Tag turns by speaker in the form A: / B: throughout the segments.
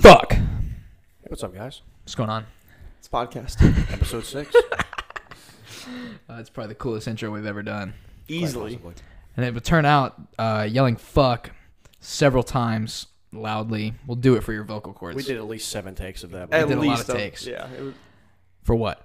A: Fuck.
B: What's up, guys?
A: What's going on?
C: It's a podcast.
B: Episode six.
A: Uh, it's probably the coolest intro we've ever done.
C: Easily.
B: Quite possibly.
A: And it would turn out uh, yelling fuck several times loudly will do it for your vocal cords.
B: We did at least seven takes of that.
A: At
C: At
A: did a lot
C: least
A: least of a- takes.
C: Yeah. It was
A: For what?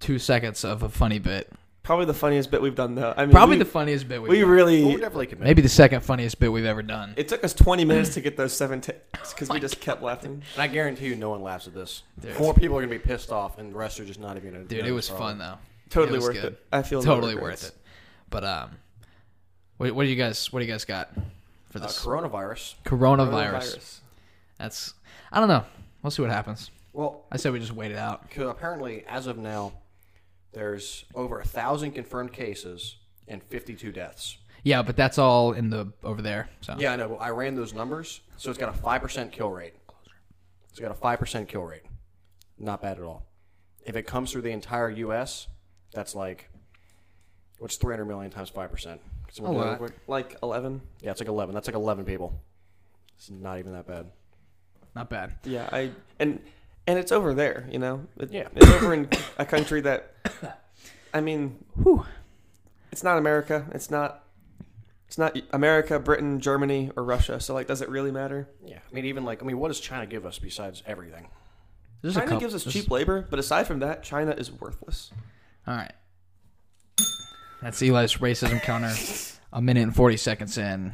A: Two seconds of a funny bit.
C: probably the funniest bit we've done though. I mean,
A: Probably
C: we,
A: the funniest bit we've
C: we
B: Well,
C: really.
B: we're definitely committed.
A: Maybe the second funniest bit we've ever done.
C: It took us 20 minutes to get those seven
A: Oh
C: takes because we just kept laughing.
B: And I guarantee you, no one laughs at this.
A: Dude.
B: Four people are gonna be pissed off, and the rest are just not even gonna.
A: Dude,
B: know
A: it
B: the
A: was fun
B: problem.
A: though.
C: Totally
A: was
C: worth
A: good.
C: it. I feel no
A: Totally
C: regrets.
A: worth it. But um, what, what do you guys? What do you guys got for
B: Uh,
A: this
B: coronavirus.
A: coronavirus. That's I don't know. We'll see what happens.
B: Well,
A: I said we just wait it out.
B: 'cause apparently, as of now, there's over a thousand confirmed cases and 52 deaths.
A: Yeah, but that's all in the over there. So
B: Yeah, I know. but I ran those numbers, so it's got a five percent kill rate. It's got a five percent kill rate. Not bad at all. If it comes through the entire U.S., that's like what's three hundred million times five percent?
A: A lot.
C: Like 11.
B: Yeah, it's like eleven. That's like eleven people. It's not even that bad.
A: not bad.
C: Yeah. I and and it's over there. You know. It-
B: Yeah.
C: It's over in a country that. I mean,
A: Whew.
C: it's not America. It's not. It's not America, Britain, Germany, or Russia. So like, does it really matter?
B: Yeah, I mean, even like, I mean, what does China give us besides everything?
A: There's
C: China
A: couple-
C: gives us
A: there's-
C: cheap labor, but aside from that, China is worthless.
A: All right. That's Eli's racism counter. a minute and forty seconds in,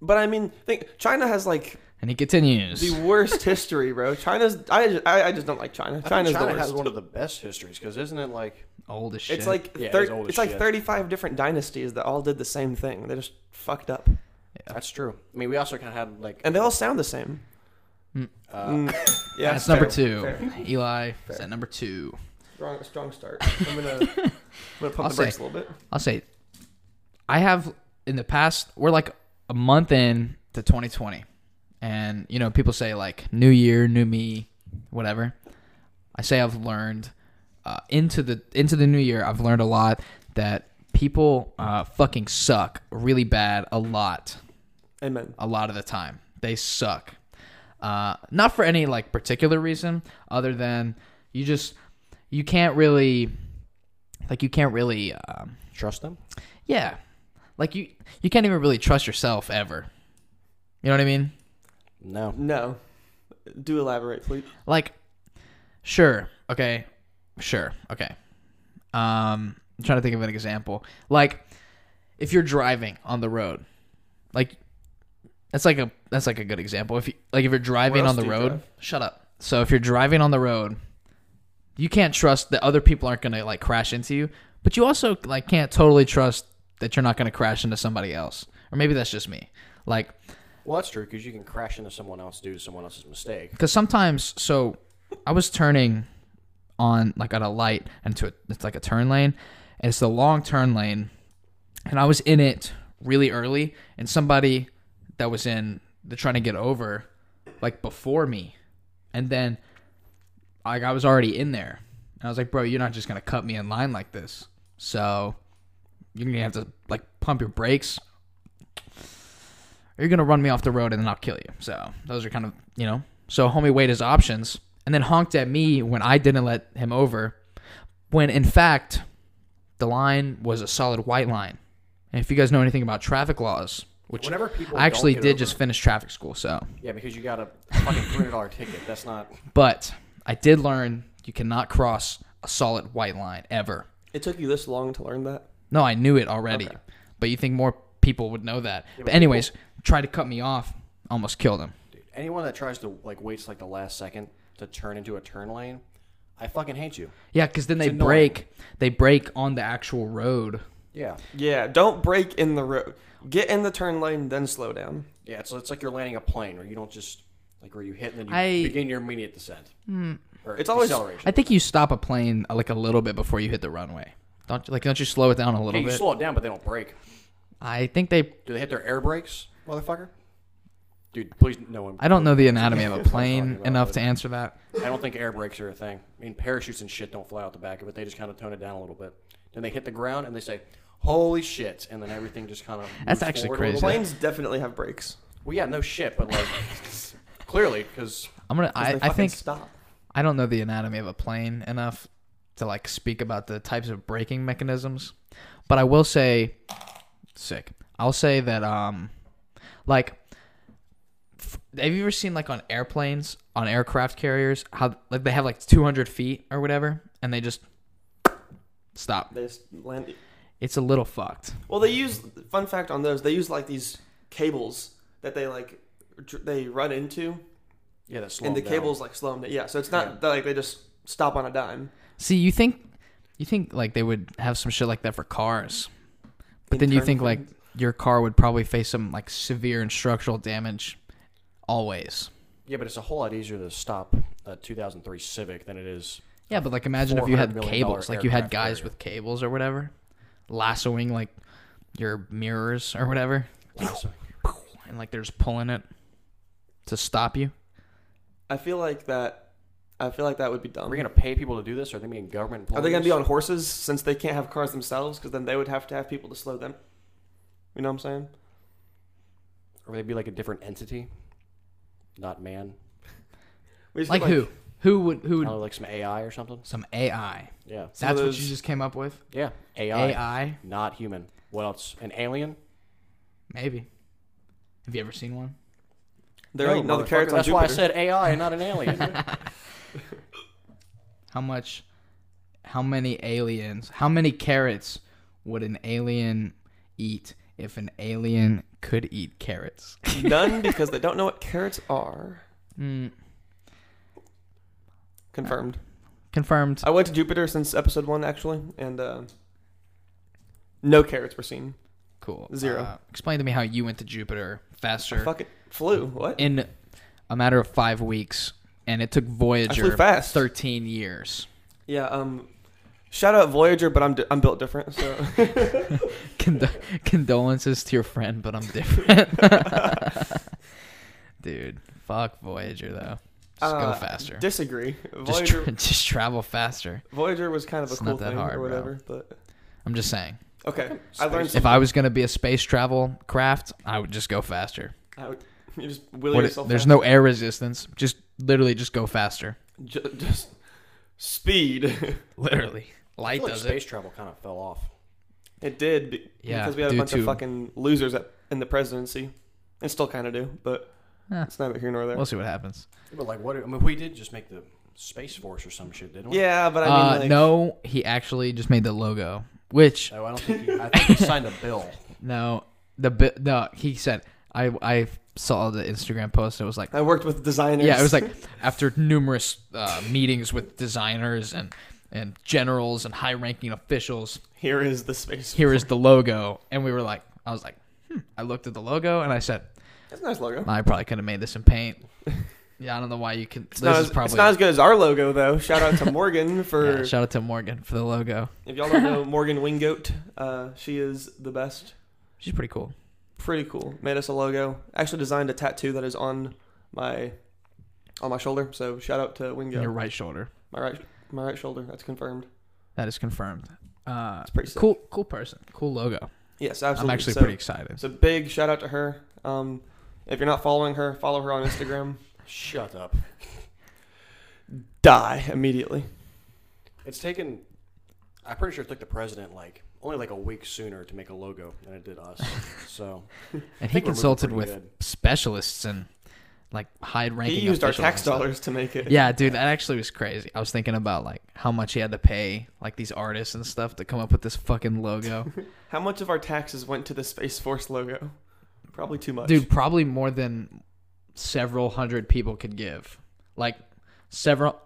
C: But I mean, think China has like
A: and he continues.
C: the worst history, bro. China's I just, I, I just don't like China.
B: I
C: China's
B: think China
C: the
B: has
C: worst.
B: one of the best histories because isn't it like
A: Old as shit.
C: it's like
B: Yeah,
C: thir-
B: it's old as
C: it's like
B: shit.
C: 35 different dynasties that all did the same thing. They just fucked up.
B: that's true? I mean, we also kind of had like
C: And they all sound the same.
B: Uh,
C: Mm. Yeah,
A: that's
C: fair,
A: number two.
C: fair.
A: Eli is at number two.
C: Strong, strong start. I'm gonna, I'm gonna pump
A: I'll
C: the
A: say.
C: brakes a little bit.
A: I'll say, I have in the past, we're like a month in to 2020. And, you know, people say like new year, new me, whatever. I say I've learned uh, into the into the new year, I've learned a lot that people uh, fucking suck really bad a lot
C: Amen.
A: a lot of the time. They suck. Uh, not for any like particular reason other than you just you can't really like you can't really um,
B: trust them.
A: yeah. Like you you can't even really trust yourself ever. You know what I mean?
B: No,
C: No, do elaborate, please.
A: Like sure, okay. Sure, okay. Um I'm trying to think of an example. Like if you're driving on the road. Like that's like a that's like a good example. If you like if you're driving
C: else
A: on the
C: do you
A: road,
C: drive?
A: shut up. So if you're driving on the road, you can't trust that other people aren't going to like crash into you, but you also like can't totally trust that you're not going to crash into somebody else. Or maybe that's just me. Like
B: well, that's true because you can crash into someone else due to someone else's mistake.
A: because sometimes so i was turning on like at a light into a, it's like a turn lane and it's the long turn lane and i was in it really early and somebody that was in the trying to get over like before me and then like i was already in there and i was like bro you're not just gonna cut me in line like this so you're gonna have to like pump your brakes or you're gonna run me off the road and then I'll kill you. So those are kind of you know. So homie weighed his options and then honked at me when I didn't let him over, when in fact the line was a solid white line. And if you guys know anything about traffic laws, which
B: Whenever people
A: I actually
B: don't
A: did
B: get over-
A: just finish traffic school, so
B: Yeah, because you got a fucking three hundred dollar ticket. That's not.
A: but I did learn you cannot cross a solid white line ever.
C: It took you this long to learn that.
A: No, I knew it already. But you think more people would know that. but anyways, tried to cut me off, almost killed him.
B: Dude, anyone that tries to like waits like the last second to turn into a turn lane, I fucking hate you.
A: Yeah, because then they
B: annoying.
A: break. They break on the actual road.
B: Yeah,
C: Yeah, don't break in the road. Get in the turn lane, then slow down.
B: yeah. It's it's like you're landing a plane, where you don't just like where you hit and then you
A: I- Hmm.
B: begin your immediate descent. Or
C: It's always-
B: acceleration.
A: I think you stop a plane uh, like a little bit before you hit the runway. Don't you, like don't you slow it down a
B: Yeah,
A: little
B: you
A: bit?
B: slow it down, but they don't break.
A: I think they.
B: Do they hit their air brakes, motherfucker? Dude, please, no one.
A: I don't know the anatomy of a plane
B: about
A: enough to answer that.
B: I don't think air brakes are a thing. I mean, parachutes and shit don't fly out the back of it. They just kind of tone it down a little bit. Then they hit the ground and they say, "Holy shit!" And then everything just kind of.
A: That's actually crazy.
C: Planes definitely have brakes.
B: Well, yeah, no shit, but like, Clearly, because
A: I'm gonna.
C: 'Cause
A: I,
C: they
A: I
C: fucking
A: think
C: stop.
A: I don't know the anatomy of a plane enough to like speak about the types of braking mechanisms, but I will say, sick. I'll say that um, like, f- have you ever seen like on airplanes on aircraft carriers how like they have like 200 feet or whatever and they just stop?
C: They just land.
A: It's a little fucked.
C: Well, they use fun fact on those. They use like these cables that they like dr- they run into,
B: yeah, that's
C: and the cables like slow them. Down. Yeah, so it's not that, like they just stop on a dime.
A: See, you think you think like they would have some shit like that for cars. But then you
C: Internal
A: think like your car would probably face some like severe and structural damage always.
B: Yeah, but it's a whole lot easier to stop a 2003 Civic than it is.
A: Yeah, but like imagine if you
B: $400
A: had
B: million
A: cables, like you had
B: aircraft
A: guys
B: carrier.
A: with cables or whatever, lassoing like your mirrors or whatever, and like they're just pulling it to stop you.
C: I feel like that. I feel like that would be dumb.
B: Are we gonna pay people to do this? Or are they being government?
C: um, Are they going to be
B: employees?
C: on horses since they can't have cars themselves? Because then they would have to have people to slow them. You know what I'm saying?
B: Or would they be like a different entity? Not man.
C: We just
A: Like,
C: need,
A: who? Who would? Who
B: Kinda
A: would?
B: like some AI or something.
A: Some AI.
B: Yeah.
C: Some of
A: That's what
C: those-
A: you just came up with.
B: Yeah. AI.
A: AI,
B: Not human. What else? An alien?
A: maybe. Have you ever seen one?
C: They're
B: No,
C: eating all the
B: motherfucker,
C: carrots on
B: That's why I
C: Jupiter.
B: said AI, not an alien.
A: how much how many aliens how many carrots would an alien eat if an alien could eat carrots
C: None because they don't know what carrots are.
A: mm,
C: Confirmed.
A: confirmed
C: I went to Jupiter since episode one, actually, and uh, no carrots were seen.
A: cool
C: Zero.
A: Uh, explain to me how you went to jupiter
C: I
A: faster
C: fucking flew. What?
A: in a matter of five weeks and it took
C: I flew
A: voyager
C: fast.
A: 13 years
C: Yeah. Um. Shout out Voyager, but I'm di- I'm built different. So
A: Condo- condolences to your friend but i'm different dude fuck voyager though just go
C: Uh,
A: faster
C: disagree.
A: just,
C: Voyager
A: tra- just travel faster
C: Voyager was kind of a
A: It's
C: cool
A: not that
C: thing
A: hard,
C: or
A: bro.
C: whatever,
A: i'm just saying
C: but okay. I learned.
A: if I was gonna be a space travel craft, I would just go faster.
C: I would, you just will
A: What-
C: yourself.
A: there's
C: out.
A: no air resistance. Just literally, just go faster.
C: Ju- just speed.
A: Literally, light
B: feel like
A: does
B: space
A: it.
B: travel kind of fell off.
C: it did be-
A: Yeah,
C: because we had a
A: due
C: bunch
A: to-
C: of fucking losers at, in the presidency, and still kind of do, but
A: Eh.
C: it's neither here nor there.
A: We'll see what happens.
B: But like, what? I mean, we did just make the space force or some shit, didn't we?
C: yeah, but I mean,
A: uh,
C: like,
A: no, he actually just made the logo. Which
B: No, I don't think. You, I think we signed a bill.
A: no, the bi- no, he said I I saw the Instagram post. It was like
C: I worked with designers.
A: yeah, it was like after numerous uh, meetings with designers and and generals and high ranking officials.
C: here is the space.
A: Here is the logo, and we were like, I was like, hmm. I looked at the logo and I said.
C: That's a nice logo.
A: I probably could have made this in paint. Yeah, I don't know why you can.
C: It's
A: this
C: not,
A: is
C: as,
A: probably.
C: it's not as good as our logo though. Shout out to Morgan for
A: yeah, shout out to Morgan for the logo.
C: if y'all don't know Morgan Wingoat. Uh, she is the best.
A: She's pretty cool.
C: Pretty cool. Made us a logo. Actually designed a tattoo that is on my on my shoulder. So shout out to
A: In Your
C: Wingoat.
A: right shoulder.
C: My right my right shoulder. That's confirmed.
A: That is confirmed. Uh,
C: It's pretty sick.
A: cool, cool person. Cool logo.
C: Yes, absolutely.
A: I'm actually
C: so,
A: pretty excited.
C: So big shout out to her. Um, if you're not following her, follow her on Instagram.
B: Shut up.
C: Die immediately.
B: It's taken. I'm pretty sure it took the president like only like a week sooner to make a logo than it did us. So
A: And
B: I
A: he
B: think we're moving
A: consulted
B: pretty
A: with
B: good.
A: specialists and like high ranking.
C: he used our
A: officials
C: tax
A: and stuff.
C: dollars to make it.
A: Yeah, dude, that actually was crazy. I was thinking about like how much he had to pay like these artists and stuff to come up with this fucking logo.
C: How much of our taxes went to the Space Force logo? Probably too much.
A: dude probably more than several hundred people could give like several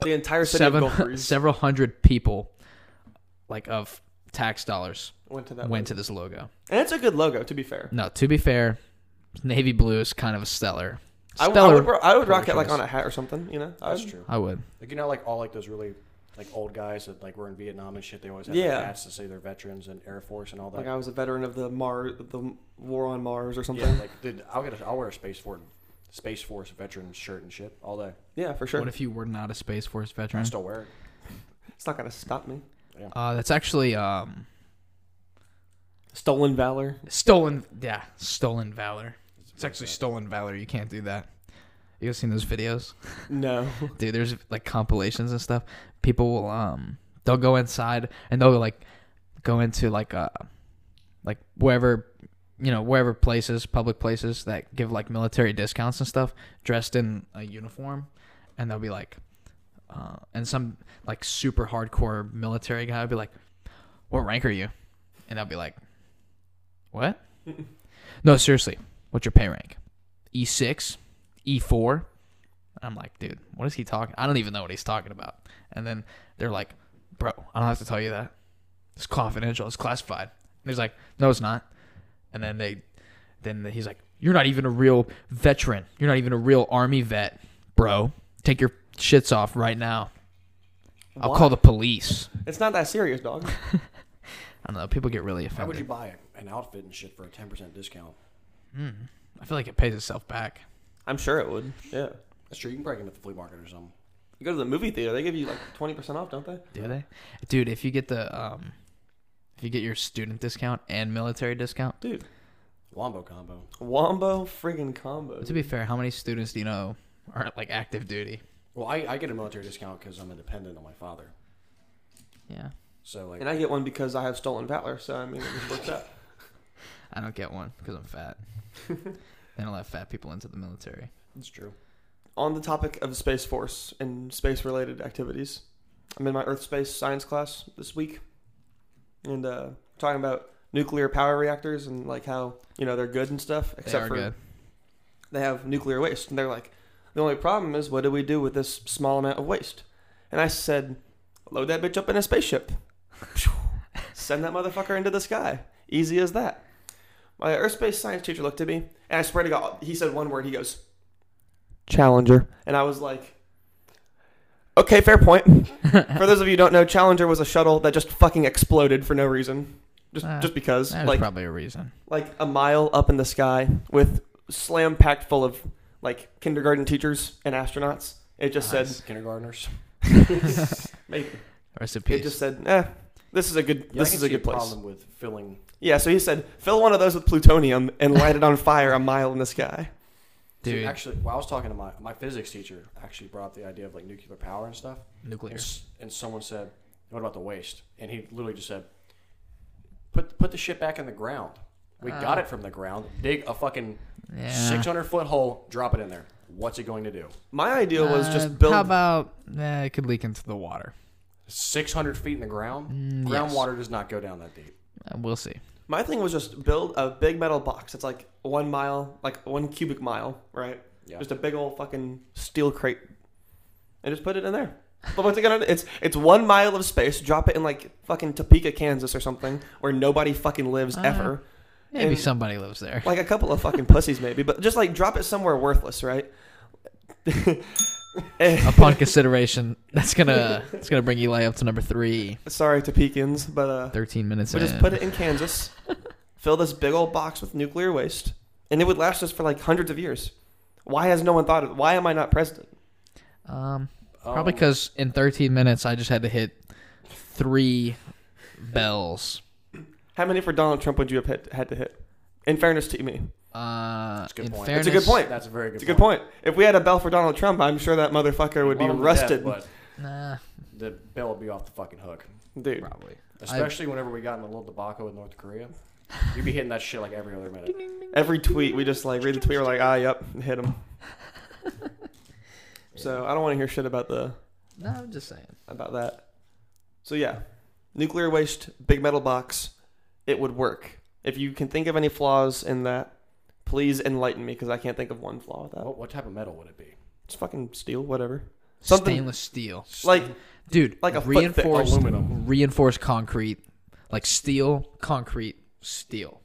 C: the entire city
A: seven,
C: of Gulf
A: several hundred people like of tax dollars
C: went to that.
A: went
C: logo.
A: to this logo
C: and it's a good logo, to be fair.
A: no to be fair navy blue is kind of a stellar
C: I,
A: stellar
C: w- I would, ro- I would rock it
A: color
C: like
A: choice.
C: on a hat or something, you know. I
B: that's
C: would-
B: true.
A: I would.
B: Like you know, like all like those really like old guys that like were in Vietnam and shit. They always have
C: Yeah.
B: their hats to say they're veterans and Air Force and all that.
C: Like I was a veteran of the Mars, the war on Mars or something.
B: yeah,
C: Yeah,
B: like dude, I'll get a, I'll wear a space force space force veteran shirt and shit all day.
C: for sure.
A: what if you were not a space force
B: I
A: veteran
B: still wear it.
C: it's not gonna stop me.
A: uh, that's actually um,
C: Stolen valor.
A: stolen yeah stolen valor it's actually stolen valor you can't do that You guys seen those videos?
C: No.
A: dude there's like compilations and stuff people will um they'll go inside and they'll like go into like uh like wherever you know wherever places public places that give like military discounts and stuff dressed in a uniform and they'll be like uh, and some like super hardcore military guy will be like what rank are you and i'll be like what no seriously what's your pay rank "E e6 e4 I'm like, dude, what is he talking? I don't even know what he's talking about. And then they're like, bro, I don't have to tell you that. It's confidential. It's classified. And he's like, no, it's not. And then they, then he's like, you're not even a real veteran. You're not even a real army vet, bro. Take your shits off right now. I'll
C: Why?
A: call the police.
C: It's not that serious, dog.
A: I don't know. People get really
B: How would you
A: offended.
B: buy an outfit and shit for a ten percent discount?
A: Hmm. I feel like it pays itself back.
C: I'm sure it would. Yeah.
B: That's true. You can break them at the flea market or something.
C: You go to the movie theater, they give you like 20% off, don't they?
A: Do they? Dude, if you get the um, if you get your student discount and military discount,
C: Dude,
B: Wombo combo.
C: Wombo friggin' combo.
A: To be fair, how many students do you know are like active duty?
B: Well, I, I get a military discount because I'm independent on my father.
A: Yeah,
B: So like,
C: And I get one because I have stolen valor, so I mean, it just works out.
A: I don't get one because I'm fat. they don't let fat people into the military.
B: it's true.
C: On the topic of Space Force and space related activities, I'm in my Earth Space Science class this week and uh, talking about nuclear power reactors and like how, you know, they're good and stuff,
A: They
C: except
A: are
C: for
A: good.
C: they have nuclear waste. And they're like, the only problem is, what do we do with this small amount of waste? And I said, load that bitch up in a spaceship. Send that motherfucker into the sky. Easy as that. My airspace science teacher looked at me, and I swear to God, he said one word. He goes, Challenger. And I was like, okay, fair point. for those of you who don't know, Challenger was a shuttle that just fucking exploded for no reason. Just,
A: Ah,
C: just because.
A: That's
C: Like,
A: probably a reason.
C: like a mile up in the sky with slam packed full of like kindergarten teachers and astronauts. It just
B: Nice.
C: said,
B: kindergartners.
C: maybe,
A: Rest in
C: it
A: peace.
C: just said, eh, this is a good,
B: Yeah, I
C: this
B: can
C: is a
B: see
C: good place.
B: Problem with filling.
C: Yeah, so he said, fill one of those with plutonium and light it on fire a mile in the sky.
B: Dude,
A: Dude,
B: actually, while I was talking to my my physics teacher, actually brought up the idea of like nuclear power and stuff.
A: nuclear.
B: And, s- and someone said, "What about the waste?" And he literally just said, "Put put the shit back in the ground. We got
A: Ah.
B: it from the ground. Dig a fucking
A: Yeah.
B: six hundred foot hole. Drop it in there. What's it going to do?
C: My idea was
A: Uh,
C: just build.
A: How about eh, it could leak into the water?
B: Six hundred feet in the ground.
A: Mm, yes.
B: Groundwater does not go down that deep.
A: Uh, we'll see.
C: my thing was just build a big metal box. It's like one mile, like one cubic mile, right?
B: Yeah.
C: Just a big old fucking steel crate, and just put it in there. But what's it gonna? It's it's one mile of space. Drop it in like fucking Topeka, Kansas, or something, where nobody fucking lives
A: Uh.
C: ever.
A: Maybe
C: And-
A: somebody lives there.
C: Like a couple of fucking pussies, maybe. But just like drop it somewhere worthless, right?
A: Upon consideration, that's gonna it's gonna bring Eli up to number three.
C: Sorry, Topekans, but uh,
A: Thirteen minutes.
C: We
A: in.
C: just put it in Kansas, fill this big old box with nuclear waste, and it would last us for like hundreds of years. Why has no one thought of Why am I not president?
A: Um,
C: Oh.
B: Um,
A: Probably because in 13 minutes I just had to hit three bells.
C: How many for Donald Trump would you have hit, had to hit? In fairness to me,
A: Uh,
B: That's a good
A: in
B: point.
A: Fairness,
C: That's a good point.
B: That's a very good.
C: it's a good point. If we had a bell for Donald Trump, I'm sure that motherfucker would be
B: Love him to
C: arrested.
B: death,
A: Nah,
B: but the bill would be off the fucking hook.
C: Dude,
A: probably.
B: Especially whenever we got in a little debacle with North Korea. You'd be hitting that shit like every other minute.
C: every tweet we just like read the tweet, we're like, ah, yep, and hit him. so I don't want to hear shit about the
A: No, I'm just saying.
C: about that. So yeah, nuclear waste, big metal box, it would work. If you can think of any flaws in that, please enlighten me because I can't think of one flaw with that.
B: What, what type of metal would it be?
C: It's fucking steel, whatever. Something-
A: Stainless steel,
C: Like
A: dude.
C: Like a foot thick
A: reinforced
B: aluminum.
A: reinforced concrete, like steel, concrete, steel.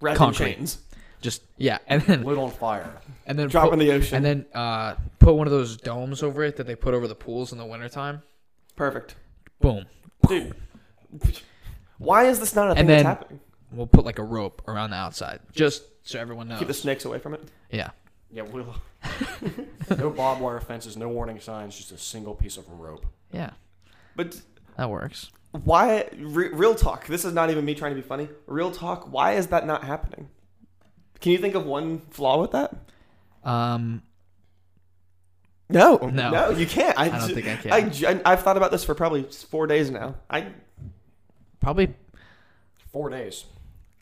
C: wrapping
A: Concrete.
C: chains,
A: Just yeah, and then
B: Lit on fire.
A: and then
C: drop
A: put,
C: in the ocean.
A: and then uh, put one of those domes over it that they put over the pools in the wintertime.
C: Perfect,
A: Boom.
C: dude. Why is this not a thing
A: And
C: that's
A: then-
C: happening?
A: We'll put like a rope around the outside, just so everyone knows.
C: Keep the snakes away from it.
A: yeah.
B: Yeah, we'll. no barbed wire fences, no warning signs, just a single piece of rope.
A: Yeah,
C: But
A: that works.
C: why? Re- real talk. This is not even me trying to be funny. Real talk. Why is that not happening? Can you think of one flaw with that?
A: Um,
C: No,
A: No.
C: no, you can't. I,
A: I don't
C: ju-
A: think I can.
C: I, ju- I, have thought about this for probably four days now. I,
A: Probably
B: Four days.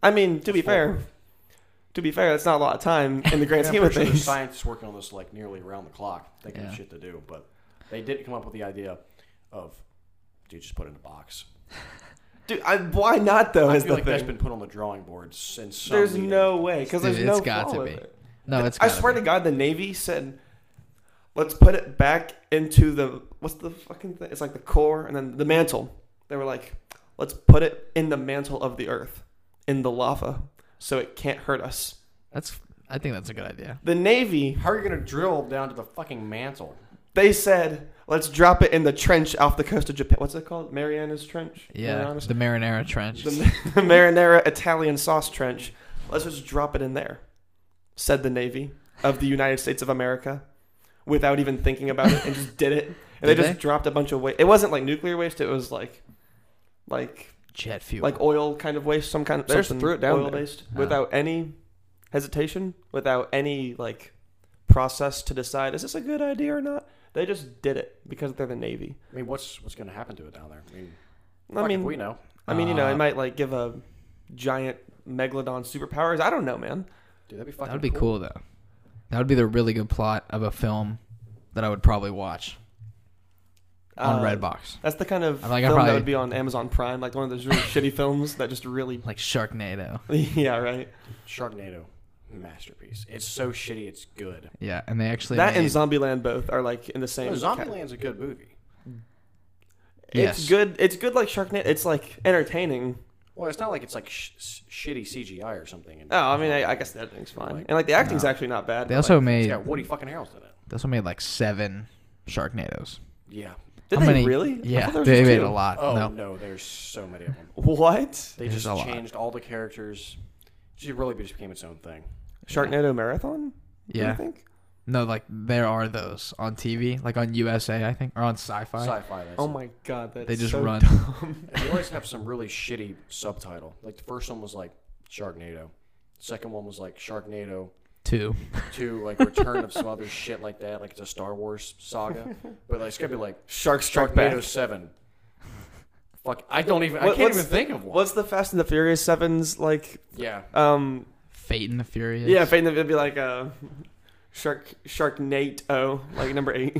C: I mean, to be
B: Four.
C: fair, to be fair, that's not a lot of time in the grand
B: Yeah, I'm
C: scheme of
B: pretty sure there's
C: things.
B: scientists working on this like nearly around the clock. They
A: Yeah.
B: got shit to do, but they did come up with the idea of, dude, just put it in a box.
C: Dude, I, why not though?
B: I
C: Is
B: feel
C: the
B: like that's
C: thing.
B: been put on the drawing board since. Some
C: There's
B: meeting.
C: no way because
A: Dude,
C: there's
A: it's
C: no
A: got
C: flaw
A: to
C: with
A: be.
C: it.
A: no. It's
C: I
A: gotta
C: swear
A: be.
C: to God, the Navy said, "Let's put it back into the what's the fucking thing? It's like the core and then the mantle." They were like, "Let's put it in the mantle of the Earth, in the lava, so it can't hurt us."
A: That's. I think that's a good idea.
C: The Navy,
B: How are you gonna drill down to the fucking mantle?
C: they said, "Let's drop it in the trench off the coast of Japan." What's it called? Marianas Trench.
A: Yeah,
C: Marianas?
A: the marinara trench.
C: the, the marinara Italian sauce trench. Let's just drop it in there," said the Navy of the United States of America, without even thinking about it, and just did it. And they
A: Did
C: just
A: they?
C: dropped a bunch of waste. It wasn't like nuclear waste. It was like, like,
A: Jet fuel.
C: like oil kind of waste. Some kind of They just something threw it down oil there. based
A: Ah.
C: without any hesitation, without any like process to decide is this a good idea or not. They just did it because they're the Navy.
B: I mean, what's what's gonna happen to it down there? I mean,
C: I
B: fuck if
C: mean,
B: we know.
C: I mean, you know,
A: Uh,
C: it might like give a giant megalodon superpowers. I don't know, man.
B: Dude, that'd be fucking.
A: that would be cool though. That would be the really good plot of a film that I would probably watch on
C: Uh,
A: Redbox,
C: That's the kind of
A: I think I
C: film
A: probably-
C: that would be on Amazon Prime, like one of those really shitty films that just really.
A: like Sharknado.
C: Yeah, right.
B: Sharknado, masterpiece. It's so shitty, it's good.
A: Yeah, and they actually
C: that
A: made,
C: and Zombieland both are like in the
B: No,
C: same. cat-
B: Zombieland's a good movie.
A: Yes.
C: It's good. It's good, like Sharknado. It's like entertaining.
B: Well, it's not like it's like sh- sh- shitty CGI or something.
C: Oh, I mean, I, I guess the editing's fine, and like the acting's actually not bad.
A: they
C: but,
A: also
C: like,
A: made
B: it's got Woody fucking Harrelson in it.
A: they also made like seven Sharknados.
B: Yeah.
C: did
A: How
C: they
A: many-
C: really? I
A: Yeah,
C: thought there was
A: they
C: just
A: made
C: two.
A: a lot.
B: Oh no.
A: no,
B: there's so many of them.
C: What?
B: They
A: There's
B: just
A: a lot.
B: changed all the characters. She really just became its own thing.
C: Sharknado marathon? Do you
A: yeah,
C: think?
A: no, like there are those on TV, like on USA, I think, or on Sci-Fi.
B: Sci-fi. That's
C: Oh
B: it.
C: my god, that's
A: they just
C: so
A: run.
B: And they always have some really shitty subtitle. Like the first one was like Sharknado. Second one was like Sharknado
A: Two.
B: Two, like Return of some other shit like that. Like it's a Star Wars saga, but like, it's gonna be like
C: Shark Strike
B: Sharknado
C: Back.
B: Seven. Fuck, I don't even. I
C: What-
B: can't
C: what's-
B: even think of one.
C: What's the Fast and the Furious Sevens like?
B: yeah,
C: Um,
A: Fate and the Furious.
C: yeah, Fate it'd be like a Shark Sharknado, like number eight.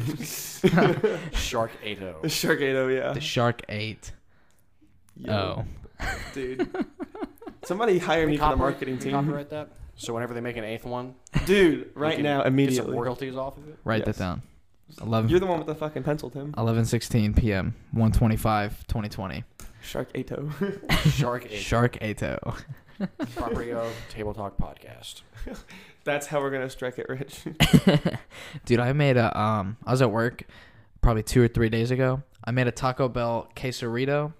B: Shark Eight oh. O.
C: Sharknado, yeah.
A: the Shark Eight.
C: Yo,
A: Oh,
C: dude. Somebody hire me for the marketing team,
B: Copyright that. So whenever they make an eighth one,
C: dude.
B: we
C: Right
B: can
C: now,
B: get some
C: immediately.
B: royalties off of it.
A: write
C: Yes.
A: that down. 11,
C: You're the one with the fucking pencil, Tim.
A: Uh. 11:16 p.m. 125 2020.
C: Sharknado.
B: Shark Eight. oh.
A: Shark Ato.
B: property of Table Talk Podcast.
C: That's how we're gonna strike it rich.
A: Dude, I made a um I was at work probably 2 or 3 days ago. I made a Taco Bell quesarito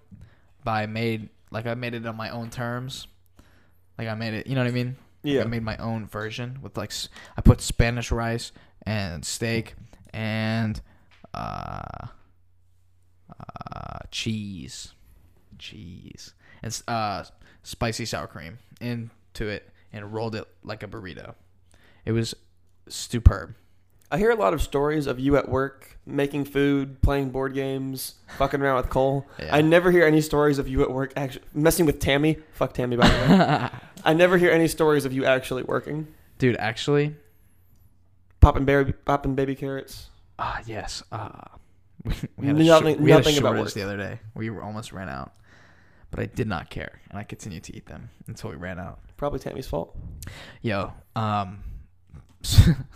A: but I made like I made it on my own terms. Like I made it, you know what I mean?
C: Yeah.
A: I made my own version with like s- I put Spanish rice and steak and uh uh cheese. Cheese. And s- uh spicy sour cream into it and rolled it like a burrito. It was superb.
C: I hear a lot of stories of you at work making food, playing board games, fucking around with Cole.
A: Yeah.
C: I never hear any stories of you at work actually messing with Tammy. Fuck Tammy, by the way. I never hear any stories of you actually working,
A: Dude, actually,
C: popping baby, popping baby carrots.
A: ah, yes. Uh, we, we had a,
C: Nothing-
A: shor- we had a
C: nothing about
A: shortage
C: work.
A: the other day. We were almost ran out, but I did not care, and I continued to eat them until we ran out.
C: Probably Tammy's fault.
A: Yo, um,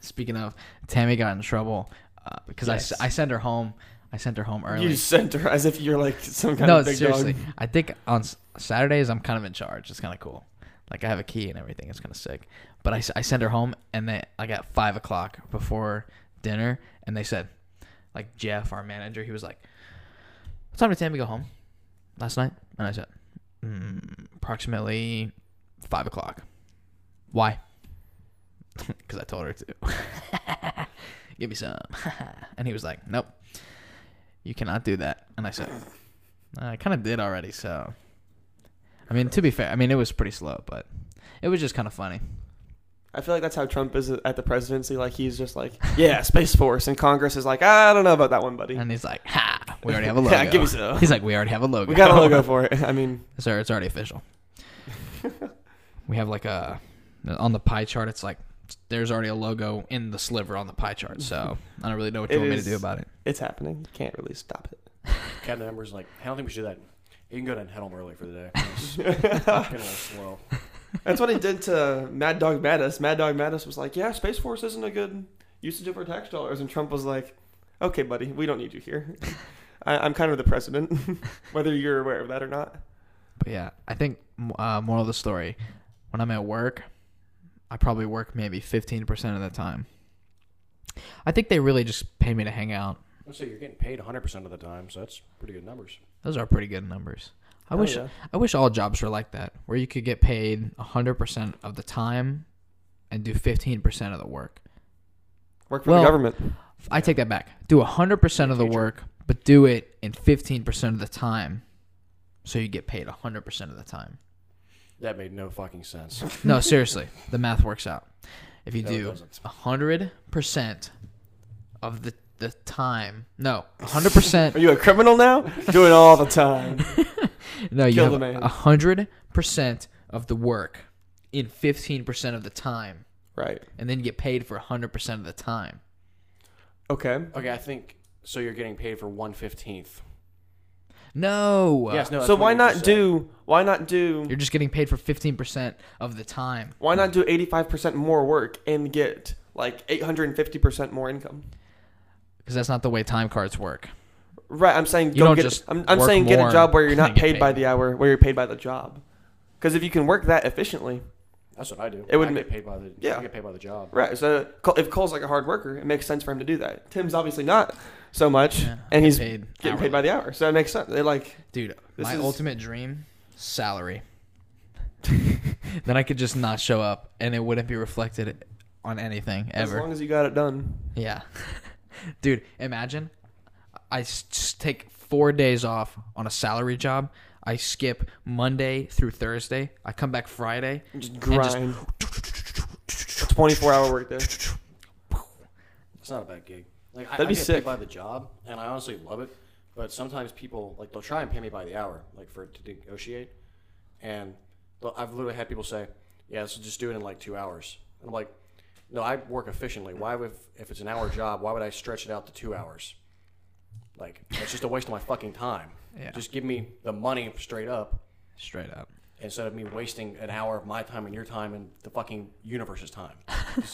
A: speaking of, Tammy got in trouble uh, because I s
C: Yes.
A: I I, sent her home. I sent her home early.
C: You sent her as if you're like some kind
A: no,
C: of big
A: seriously.
C: dog.
A: I think on s- Saturdays I'm kind of in charge. It's kind of cool. Like I have a key and everything. It's kind of sick. But I, s- I send her home and they like at five o'clock before dinner, and they said, like Jeff, our manager, he was like, "What time did Tammy go home last night?" And I said, mm, "Approximately five o'clock." Why? Because I told her to. Give me some. and he was like, "Nope, you cannot do that." And I said, Uh, I kind of did already, so. I mean, to be fair, I mean, it was pretty slow, but it was just kind of funny.
C: I feel like that's how Trump is at the presidency. Like he's just like, yeah, Space Force, and Congress is like, "Ah, I don't know about that one, buddy.
A: And he's like, ha, we already have a logo.
C: Yeah, give me some.
A: He's like, we already have a logo.
C: We got a logo for it. I mean,
A: Sir, it's already official. we have like a on the pie chart. It's like there's already a logo in the sliver on the pie chart. So I don't really know what you
C: It
A: want me
C: is-
A: to do about it.
C: it's happening. You can't really stop it.
B: Cabinet member's like, I don't think we should do that. You can go down and head home early for the day. It's fucking a little slow.
C: That's what he did to Mad Dog Mattis. Mad Dog Mattis was like, yeah, Space Force isn't a good usage of our tax dollars, and Trump was like, okay, buddy, we don't need you here. I, I'm kind of the president, whether you're aware of that or not.
A: But yeah, I think uh, moral of the story: when I'm at work, I probably work maybe 15 percent of the time. I think they really just pay me to hang out.
B: Let's say you're getting paid 100% of the time, so that's pretty good numbers.
A: Those are pretty good numbers. I
C: Hell
A: wish
C: yeah.
A: I wish all jobs were like that, where you could get paid 100% of the time and do 15% of the work.
C: Work for
A: Well-
C: the government.
A: I take that back. Do 100% of the work, but do it in 15% of the time. So you get paid 100% of the time.
B: That made no fucking sense.
A: No, seriously. the math works out. If you
B: No, it
A: do
B: doesn't.
A: 100% of the the time. No, 100%
C: Are you a criminal now? Do it all the time.
A: No, you
C: Kill the
A: have
C: man.
A: a hundred percent of the work in fifteen percent of the time,
C: Right.
A: and then get paid for hundred percent of the time.
C: Okay.
B: Okay, I think so. You're getting paid for 115th.
A: No,
B: Yes, no. that's
C: so
B: what
C: why
B: you just said.
C: not do why not do
A: you're just getting paid for fifteen percent of the time.
C: why not do 85% more work and get like 850% more income?
A: Because that's not the way time cards work.
C: Right, I'm saying
A: You
C: go
A: don't
C: get
A: just
C: I'm, I'm
A: work
C: saying get
A: more
C: a job where you're not
A: and get
C: paid, by
A: paid
C: the hour, where you're paid by the job. Cuz if you can work that efficiently,
B: That's what I do.
C: It would
B: I
C: ma-
B: get paid by the.
C: Yeah.
B: I get paid by the job.
C: right. So Cole- if Cole's like a hard worker, it makes sense for him to do that. Tim's obviously not so much
A: Yeah,
C: and he's
A: paid
C: getting paid by
A: hourly.
C: the hour. So it makes sense. They like
A: dude.
C: This
A: my
C: is-
A: ultimate dream salary. then I could just not show up, and it wouldn't be reflected on anything
C: as
A: ever.
C: long as you got it done.
A: Yeah. Dude, imagine I s- just take four days off on a salary job. I skip Monday through Thursday. I come back Friday.
C: Just
A: just-
C: grind. 24 hour work day.
B: It's not a bad gig. Like I,
C: That'd
B: I
C: be
B: get
C: sick.
B: paid by the job, and I honestly love it. But sometimes people like they'll try and pay me by the hour, like for to negotiate. And but I've literally had people say, "Yeah, so just do it in like two hours." And I'm like, "No, I work efficiently. Why would if it's an hour job, why would I stretch it out to two hours? Like it's just a waste of my fucking time.
A: Yeah.
B: Just give me the money straight up."
A: Straight up.
B: Instead of me wasting an hour of my time and your time and the fucking universe's time.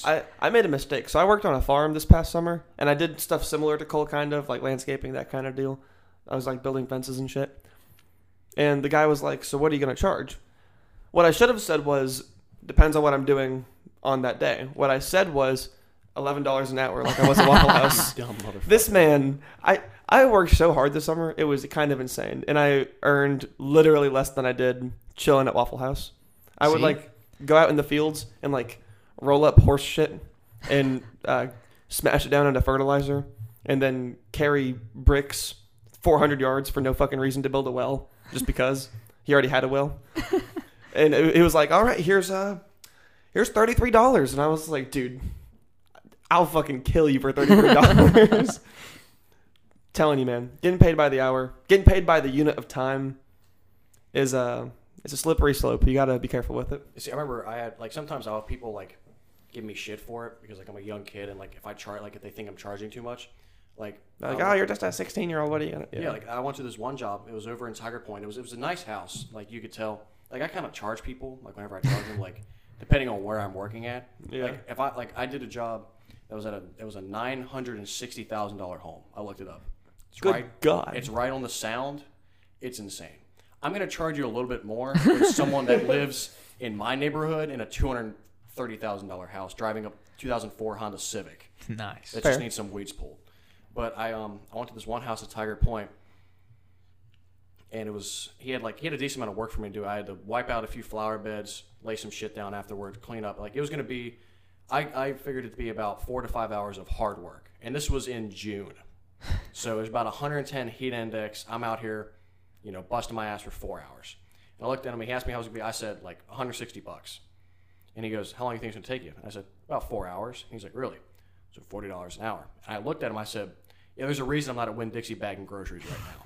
C: I, I made a mistake. So I worked on a farm this past summer, and I did stuff similar to Cole, kind of like landscaping, that kind of deal. I was like building fences and shit. And the guy was like, "So what are you gonna charge?" What I should have said was, "Depends on what I'm doing on that day." What I said was, 11 dollars an hour, like I was at Waffle House."
B: Dumb motherfucker.
C: This man, I I worked so hard this summer, it was kind of insane, and I earned literally less than I did chilling at Waffle House. I would
A: See?
C: like go out in the fields and like roll up horse shit and uh, smash it down into fertilizer, and then carry bricks 400 yards for no fucking reason to build a well, just because he already had a well. and it, it was like, all right, here's uh, here's thirty three dollars, and I was like, dude, I'll fucking kill you for thirty three dollars. Telling you, man, getting paid by the hour, getting paid by the unit of time, is uh, a it's a slippery slope. You gotta be careful with it.
B: See, I remember I had like sometimes I'll have people like give me shit for it because like I'm a young kid and like if I charge like if they think I'm charging too much, like
C: Like,
B: I'll-
C: oh, you're just a sixteen year old. What are you gonna?
B: yeah. like I went to this one job. It was over in Tiger Point. It was it was a nice house. Like you could tell. Like I kind of charge people. Like whenever I charge them, like depending on where I'm working at.
C: Yeah.
B: Like if I like I did a job that was at a it was a nine hundred and sixty thousand dollar home. I looked it up. It's
C: Good
B: right.
C: God.
B: It's right on the sound. It's insane. I'm gonna charge you a little bit more than someone that lives in my neighborhood in a two hundred thirty thousand dollar house driving a two thousand four Honda Civic
A: Nice.
B: that
C: Fair.
B: just needs some weeds pulled. But I um I went to this one house at Tiger Point, and it was he had like he had a decent amount of work for me to do. I had to wipe out a few flower beds, lay some shit down afterwards, clean up. Like it was gonna be, I I figured it to be about four to five hours of hard work, and this was in June, so it was about 110 heat index. I'm out here, you know, busting my ass for four hours. And I looked at him. He asked me how it was gonna be. I said like 160 bucks. And he goes, How long do you think it's going to take you? And I said, About four hours. And he's like, Really? So $40 an hour. And I looked at him. I said, Yeah, there's a reason I'm not at Winn Dixie bagging groceries right now.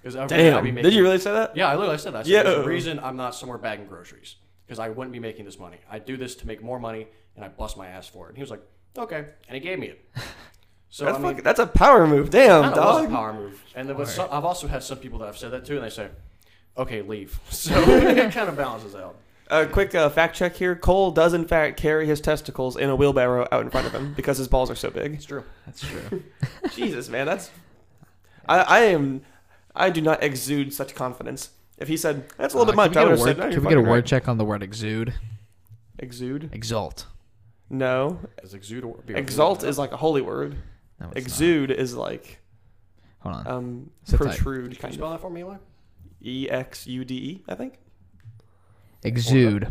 B: Because
C: Damn. Did you really say that?
B: Yeah, I literally said that. I said, There's
C: Yeah.
B: a reason I'm not somewhere bagging groceries because I wouldn't be making this money. I do this to make more money, and I bust my ass for it. And he was like, "Okay," and he gave me it. So
C: That's,
B: I mean,
C: fucking, that's a power move. Damn,
B: kinda was a
C: dog.
B: power move. And then with some, I've also had some people that I've said that to, and they say, "Okay, leave." So it kind of balances out.
C: A quick uh, fact check here. Cole does, in fact, carry his testicles in a wheelbarrow out in front of him because his balls are so big.
B: It's true.
A: That's true.
C: Jesus, man, that's. I, I am. I do not exude such confidence. If he said that's a little bit
A: Uh,
C: much, I
A: Can
C: would
A: we get a
C: have
A: word,
C: said. No,
A: can
C: you're
A: we get a
C: fucking
A: word
C: right."
A: check on the word exude?
C: Exude?
A: Exult.
C: No.
B: As exude or be-
C: Exalt is like a holy word.
A: No, it's not.
C: Exude is like
A: Hold on.
C: um
A: It's a type.
B: Can
C: protrude
B: you
C: kind
B: spell
C: of.
B: that for me, Eli?
C: E X U D E, I think.
A: Exude.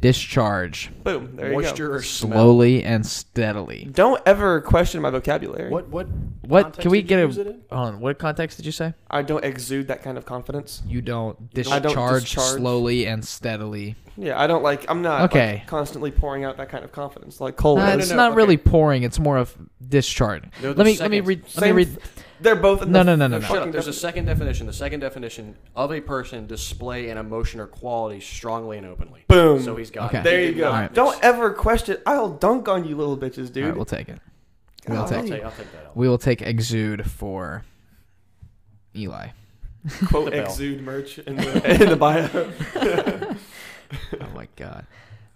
A: Discharge.
C: Boom. There
B: Moisture
C: you
B: or smell?
A: Slowly and
C: go.
A: steadily.
C: Don't ever question my vocabulary.
B: What what
A: What?
B: context
A: Can we
B: did
A: get
B: you
A: a.
B: use it in?
A: Hold on. What context did you say?
C: I don't exude that kind of confidence.
A: You don't
B: You
A: discharge,
B: don't- I
C: don't discharge.
A: slowly and steadily.
C: Yeah, I don't like. I'm not like,
A: Okay.
C: constantly pouring out that kind of confidence like Cole
A: Nah,
C: is.
A: it's
B: no,
A: not
B: okay.
A: really pouring. It's more of discharge.
B: They're the
A: let me let me
B: second-
A: read. Let me
C: Same
A: read.
C: f- They're both. In
A: No,
C: the
A: no, no, no,
C: the
A: no.
B: Shut
C: fucking
B: up. There's a
C: definition.
B: second definition. The second definition of a person display an emotion or quality strongly and openly.
C: Boom.
B: So he's got
A: Okay.
B: it.
C: There
B: He
C: you
B: did
C: go.
B: not
A: Alright.
B: miss.
C: Don't ever question. I'll dunk on you, little bitches, dude.
A: All right, we'll take it. We'll
B: I'll,
A: take.
B: take, I'll take that out.
A: We will take exude for Eli.
C: Quote
B: The bell.
C: exude merch in the, in the bio.
A: oh my god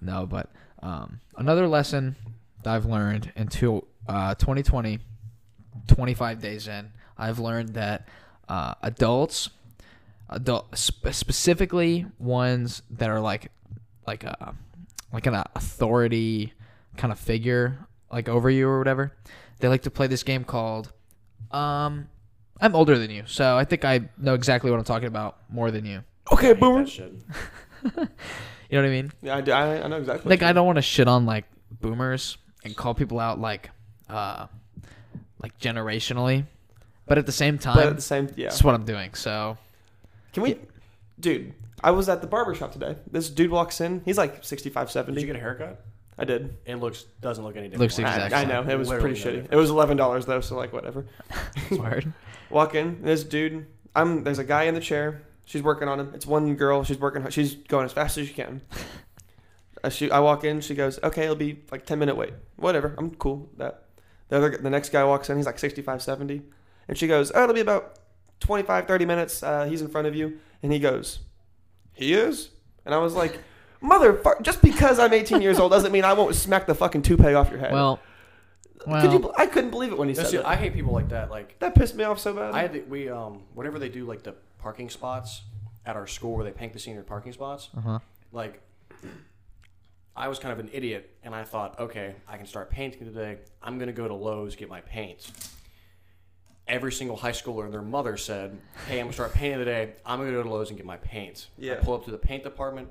A: no but um, another lesson that i've learned into uh, 2020 25 days in i've learned that uh, adults adult sp- specifically ones that are like like a like an authority kind of figure like over you or whatever they like to play this game called um i'm older than you so i think i know exactly what i'm talking about more than you
C: Okay,
B: I hate
C: boomer.
B: that shit.
A: you know what i mean
C: Yeah, I, do- I, I know exactly.
A: like I don't want to shit on like boomers and call people out like uh like generationally, but at the same
C: But at
A: time,
C: the same, yeah.
A: that's what I'm doing. So
C: Can we, dude? I was at the barber shop today. This dude walks in. He's like 65,
B: Did
C: 70.
B: you get a haircut?
C: I did.
B: It looks doesn't look any different.
A: Looks
B: Like,
A: exact
C: I, I
A: same.
C: know it was
B: Literally no
C: pretty shitty.
B: difference.
C: It was eleven dollars though, so like whatever.
A: it's weird.
C: Walk in. This dude. I'm. There's a guy in the chair. She's working on him. It's one girl. She's working. She's going as fast as she can. I, she, I walk in. She goes, "Okay, it'll be like ten minute wait. Whatever. I'm cool with that." The other, the next guy walks in. He's like 65, 70. and she goes, "Oh, it'll be about 25, 30 minutes. Uh, he's in front of you." And he goes, "He is." And I was like, "Motherfucker! Just because I'm 18 years old doesn't mean I won't smack the fucking toupee off your head."
A: Well, well,
C: Could you, bel- I couldn't believe it when he
B: That's
C: said
B: it.
C: that.
B: I hate people like that. Like
C: That pissed me off so bad.
B: I had the, we um whatever they do like the parking spots at our school where they paint the senior parking spots.
A: uh-huh.
B: Like I was kind of an idiot and I thought, okay, I can start painting today. I'm gonna go to Lowe's get my paints. Every single high schooler and their mother said, "Hey, I'm gonna start painting today. I'm gonna go to Lowe's and get my paints." I
C: Yeah.
B: pull up to the paint department.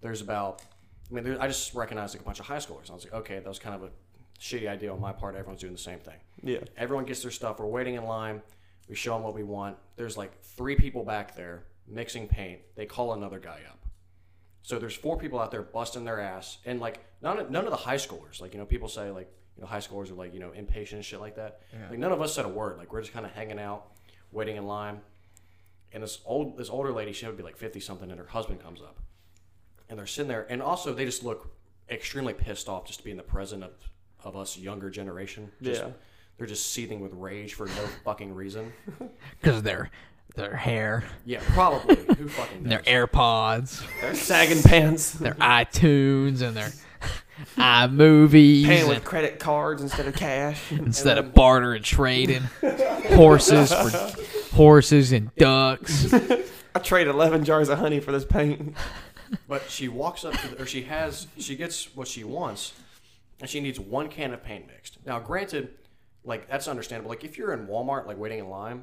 B: There's about, I mean, there, I just recognized like a bunch of high schoolers. I was like, okay, that was kind of a shitty idea on my part. Everyone's doing the same thing.
C: yeah.
B: Everyone gets their stuff. We're waiting in line. We show them what we want. There's like three people back there mixing paint. They call another guy up. So there's four people out there busting their ass, and like none of, none of the high schoolers. Like you know, people say like you know high schoolers are like you know impatient and shit like that. Like none of us said a word. Like we're just kind of hanging out, waiting in line. And this old this older lady, she would be like fifty something, and her husband comes up, and they're sitting there, and also they just look extremely pissed off just being the present of of us younger generation. Just-
C: Yeah.
B: they're just seething with rage for no fucking reason.
A: because their their hair,
B: Yeah, probably. Who fucking knows?
A: their AirPods,
C: They're sagging pants.
A: their iTunes, and their iMovies
C: Paying
A: and
C: with credit cards instead of cash.
A: instead of barter and trading horses for horses and ducks.
C: I trade 11 jars of honey for this paint.
B: But she walks up to, the, or she has, she gets what she wants, and she needs one can of paint mixed. Now, granted, like that's understandable. Like if you're in Walmart, like waiting in line,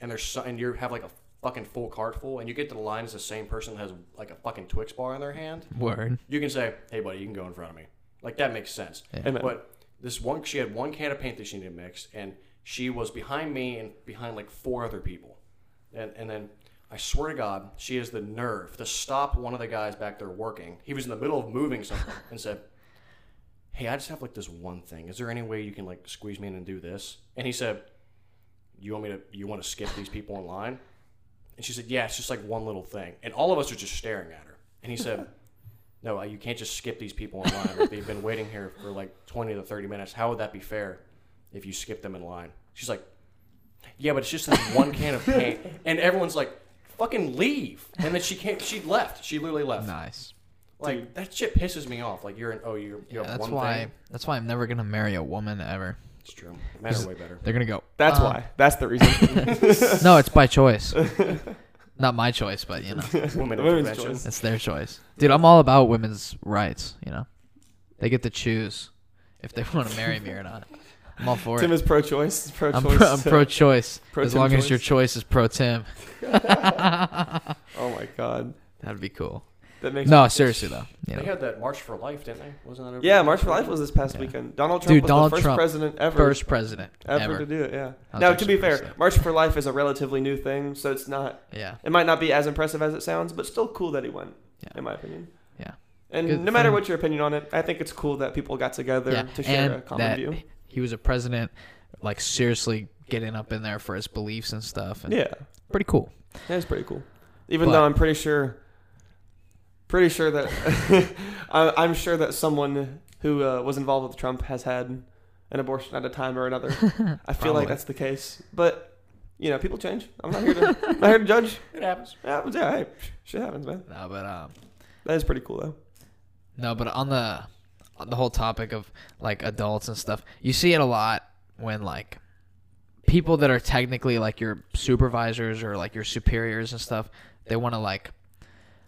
B: and there's so, and you have like a fucking full cart full, and you get to the line as the same person that has like a fucking Twix bar in their hand,
A: Word.
B: you can say, "Hey, buddy, you can go in front of me." Like that makes sense.
C: Amen.
B: But this one, she had one can of paint that she needed mixed, and she was behind me and behind like four other people, and and then I swear to God, she has the nerve to stop one of the guys back there working. He was in the middle of moving something and said, Hey, I just have like this one thing. Is there any way you can like squeeze me in and do this? And he said, You want me to you want to skip these people in line? And she said, Yeah, it's just like one little thing. And all of us are just staring at her. And he said, No, uh, you can't just skip these people in line. Like, they've been waiting here for like 20 to 30 minutes. How would that be fair if you skip them in line? She's like, Yeah, but it's just this one can of paint. And everyone's like, Fucking leave. And then she came, she left. She literally left.
A: Nice.
B: like, that shit pisses me off. Like, you're an, oh, you're, you
A: Yeah,
B: have
A: that's
B: one
A: why.
B: thing.
A: That's why I'm never gonna marry a woman ever.
B: It's true. Men are way better.
A: They're gonna go.
C: That's
A: um,
C: why. That's the reason.
A: No, it's by choice. Not my choice, but you know,
B: Women
C: Women's
B: intervention.
C: choice.
A: it's their choice. Dude, I'm all about women's rights. You know, they get to choose if they want to marry me or not. I'm all for
C: Tim
A: it.
C: is pro-choice.
A: I'm,
C: Pro-choice.
A: pro, I'm pro-choice
C: Pro
A: as
C: Tim
A: long as
C: choice.
A: your choice is pro-Tim.
C: oh my god,
A: That'd be cool.
C: that makes
A: No, seriously though, you
B: They
A: know,
B: had that March for Life, didn't they? Wasn't that over?
C: Yeah, March for Life was this past
A: Yeah.
C: weekend. Donald Trump
A: Dude,
C: was
A: Donald
C: the first
A: Trump,
C: president ever,
A: first president
C: ever,
A: ever.
C: to do it. Yeah.
A: I was
C: Now, to
A: actually
C: be fair,
A: impressed.
C: March for Life is a relatively new thing, so it's not.
A: Yeah,
C: It might not be as impressive as it sounds, but still cool that he won,
A: Yeah.
C: in my opinion.
A: Yeah.
C: And
A: Good
C: no matter
A: thing.
C: what your opinion on it, I think it's cool that people got together
A: yeah,
C: to share a common
A: that
C: view.
A: he was a president, like seriously getting up in there for his beliefs and stuff. And
C: Yeah,
A: pretty cool.
C: that's pretty cool. Even
A: But-
C: though I'm pretty sure, pretty sure that I, I'm sure that someone who uh, was involved with Trump has had an abortion at a time or another. I feel
A: Probably.
C: like that's the case, but you know, people change. I'm not here to, I'm not here to judge.
B: It happens.
C: It happens, yeah. Hey, shit happens, man.
A: No, but um,
C: That is pretty cool though.
A: No, but on the on the whole topic of like adults and stuff, you see it a lot when like people that are technically like your supervisors or like your superiors and stuff, they want to like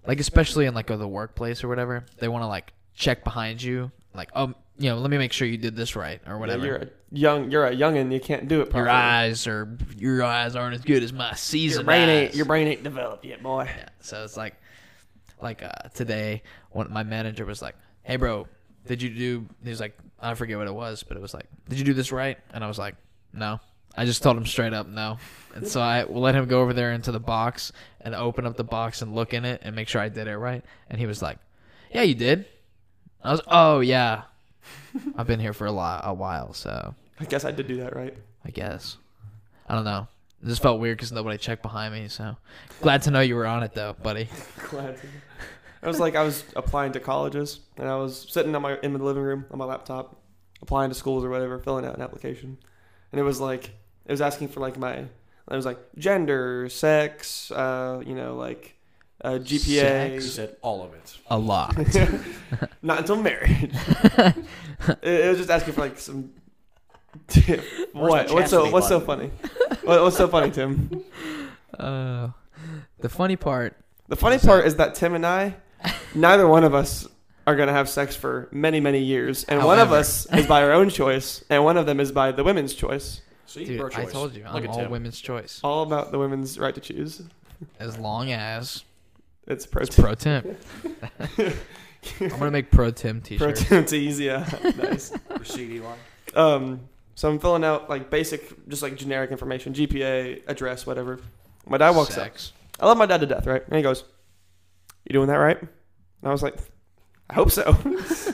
A: like especially in like the workplace or whatever, they want to like check behind you, like oh you know let me make sure you did this right or
C: Yeah,
A: whatever.
C: you're a young, you're a youngin. You can't do it. Properly.
A: your eyes or your eyes aren't as good as my
C: Your
A: season.
C: brain ain't
A: eyes.
C: your brain ain't developed yet, boy.
A: Yeah. So it's like, like uh, today, one my manager was like, "Hey, bro, did you do?" He was like, "I forget what it was, but it was like, did you do this right?" And I was like, "No." I just told him straight up no, and so I let him go over there into the box and open up the box and look in it and make sure I did it right. And he was like, "Yeah, you did." I was, "Oh yeah, I've been here for a lot, a while, so
C: I guess I did do that right.
A: I guess. I don't know. It just felt weird because nobody checked behind me. So glad to know you were on it though, buddy.
C: Glad. to- I was like, I was applying to colleges, and I was sitting on my in the living room on my laptop, applying to schools or whatever, filling out an application, and it was like it was asking for like my, it was like gender, sex, uh, you know, like uh, GPA,
B: He said all of it.
A: A lot.
C: not until marriage. it, it was just asking for like some. what? What's so?
B: chastity
C: What's so funny? what, what's so funny, Tim?
A: Uh, the funny part,
C: The funny part is that Tim and I, neither one of us are gonna have sex for many, many years, and one of
A: However.
C: us is by our own choice, and one of them is by the women's choice.
B: See,
A: dude, I
B: pro-choice.
A: told you,
B: Look
A: I'm
B: at
A: all
B: Tim.
A: women's choice.
C: All about the women's right to choose.
A: As long as
C: It's pro.
A: it's pro Tim. I'm gonna make pro Tim
C: Pro
A: t-shirts.
C: Tim to easy. yeah. nice.
B: Proceed, Eli.
C: Um, so I'm filling out like basic, just like generic information, GPA, address, whatever. My dad walks up.
A: Sex.
C: I love my dad to death, right? And he goes, "You doing that right?" And I was like, "I hope so.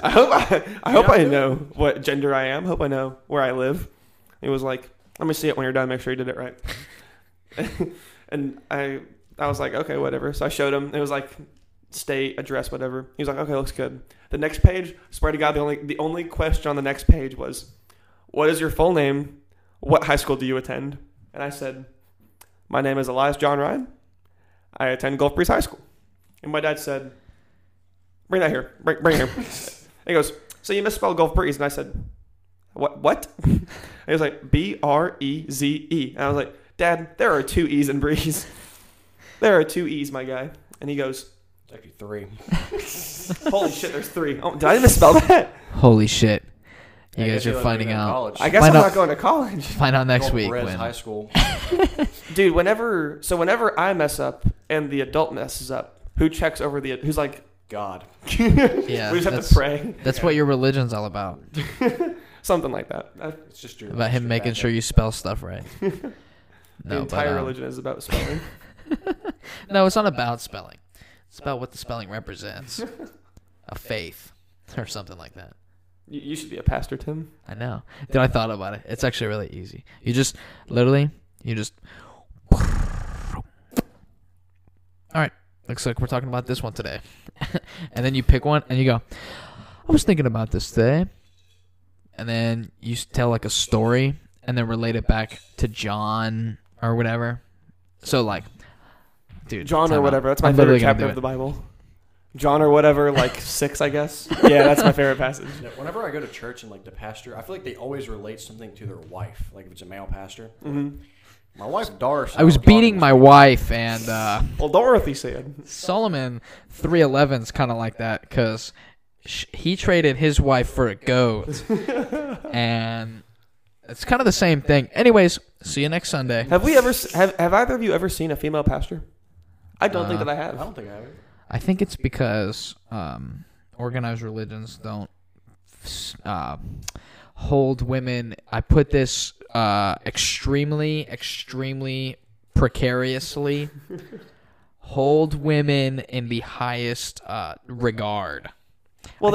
C: I hope I, I hope I know what gender I am. Hope I know where I live." And he was like, "Let me see it when you're done. Make sure you did it right." and I I was like, "Okay, whatever." So I showed him. It was like state address, whatever. He was like, "Okay, looks good." The next page, swear to God, the only the only question on the next page was, "What is your full name? What high school do you attend?" And I said, "My name is Elias John Ryan." I attend Gulf Breeze High School. And my dad said, Bring that here. Bring, bring it here. And he goes, So you misspelled Gulf Breeze. And I said, What? What? And he was like, B R E Z E. And I was like, Dad, there are two E's in Breeze. There are two E's, my guy. And he goes,
B: It's actually three.
C: Holy shit, there's three. Oh, did I misspell that?
A: Holy shit! You
B: I guess
A: guys
B: you
A: are
B: let
A: finding
B: me know in
A: out.
B: college.
C: I guess
A: Why
C: I'm
A: not?
C: not going to college.
A: Find out next
B: Gulf
A: week
B: Res High
A: when.
B: school.
C: Dude, whenever, so whenever I mess up and the adult messes up, who checks over the, who's like,
B: God.
A: Yeah,
C: we just have
A: that's,
C: to pray.
A: that's what your religion's all about.
C: Something like that. I
B: It's just your
A: About him making sure you spell stuff right.
C: the
A: No,
C: entire
A: but, um,
C: religion is about spelling.
A: No, it's not about spelling. It's about what the spelling represents. A faith or something like that.
C: You, you should be a pastor, Tim.
A: I know. Dude, I thought about it. It's actually really easy. You just literally, you just. All right. Looks like we're talking about this one today. and then you pick one and you go, I was thinking about this today. And then you s- tell like a story and then relate it back to John or whatever. So, like, dude.
C: John
A: time
C: or
A: out.
C: whatever. That's my
A: I'm
C: favorite
A: literally gonna
C: chapter
A: do
C: of
A: it.
C: the Bible. John or whatever, like six, I guess. Yeah, that's my favorite passage.
B: No, Whenever I go to church and like the pastor, I feel like they always relate something to their wife. Like if it's a male pastor,
C: Mm-hmm.
B: my wife Doris.
A: I was beating my wife and. uh
C: Well, Dorothy said,
A: Solomon 311's kind of like that because he traded his wife for a goat. and it's kind of the same thing. Anyways, see you next Sunday.
C: "Have we ever? s- Have Have either of you ever seen a female pastor? I don't think
A: Uh,
C: that I
B: I
C: have.
B: don't think I have. it.
A: I think it's because um, organized religions don't uh, hold women. I put this uh, extremely, extremely precariously. Hold women in the highest uh, regard.
C: Well,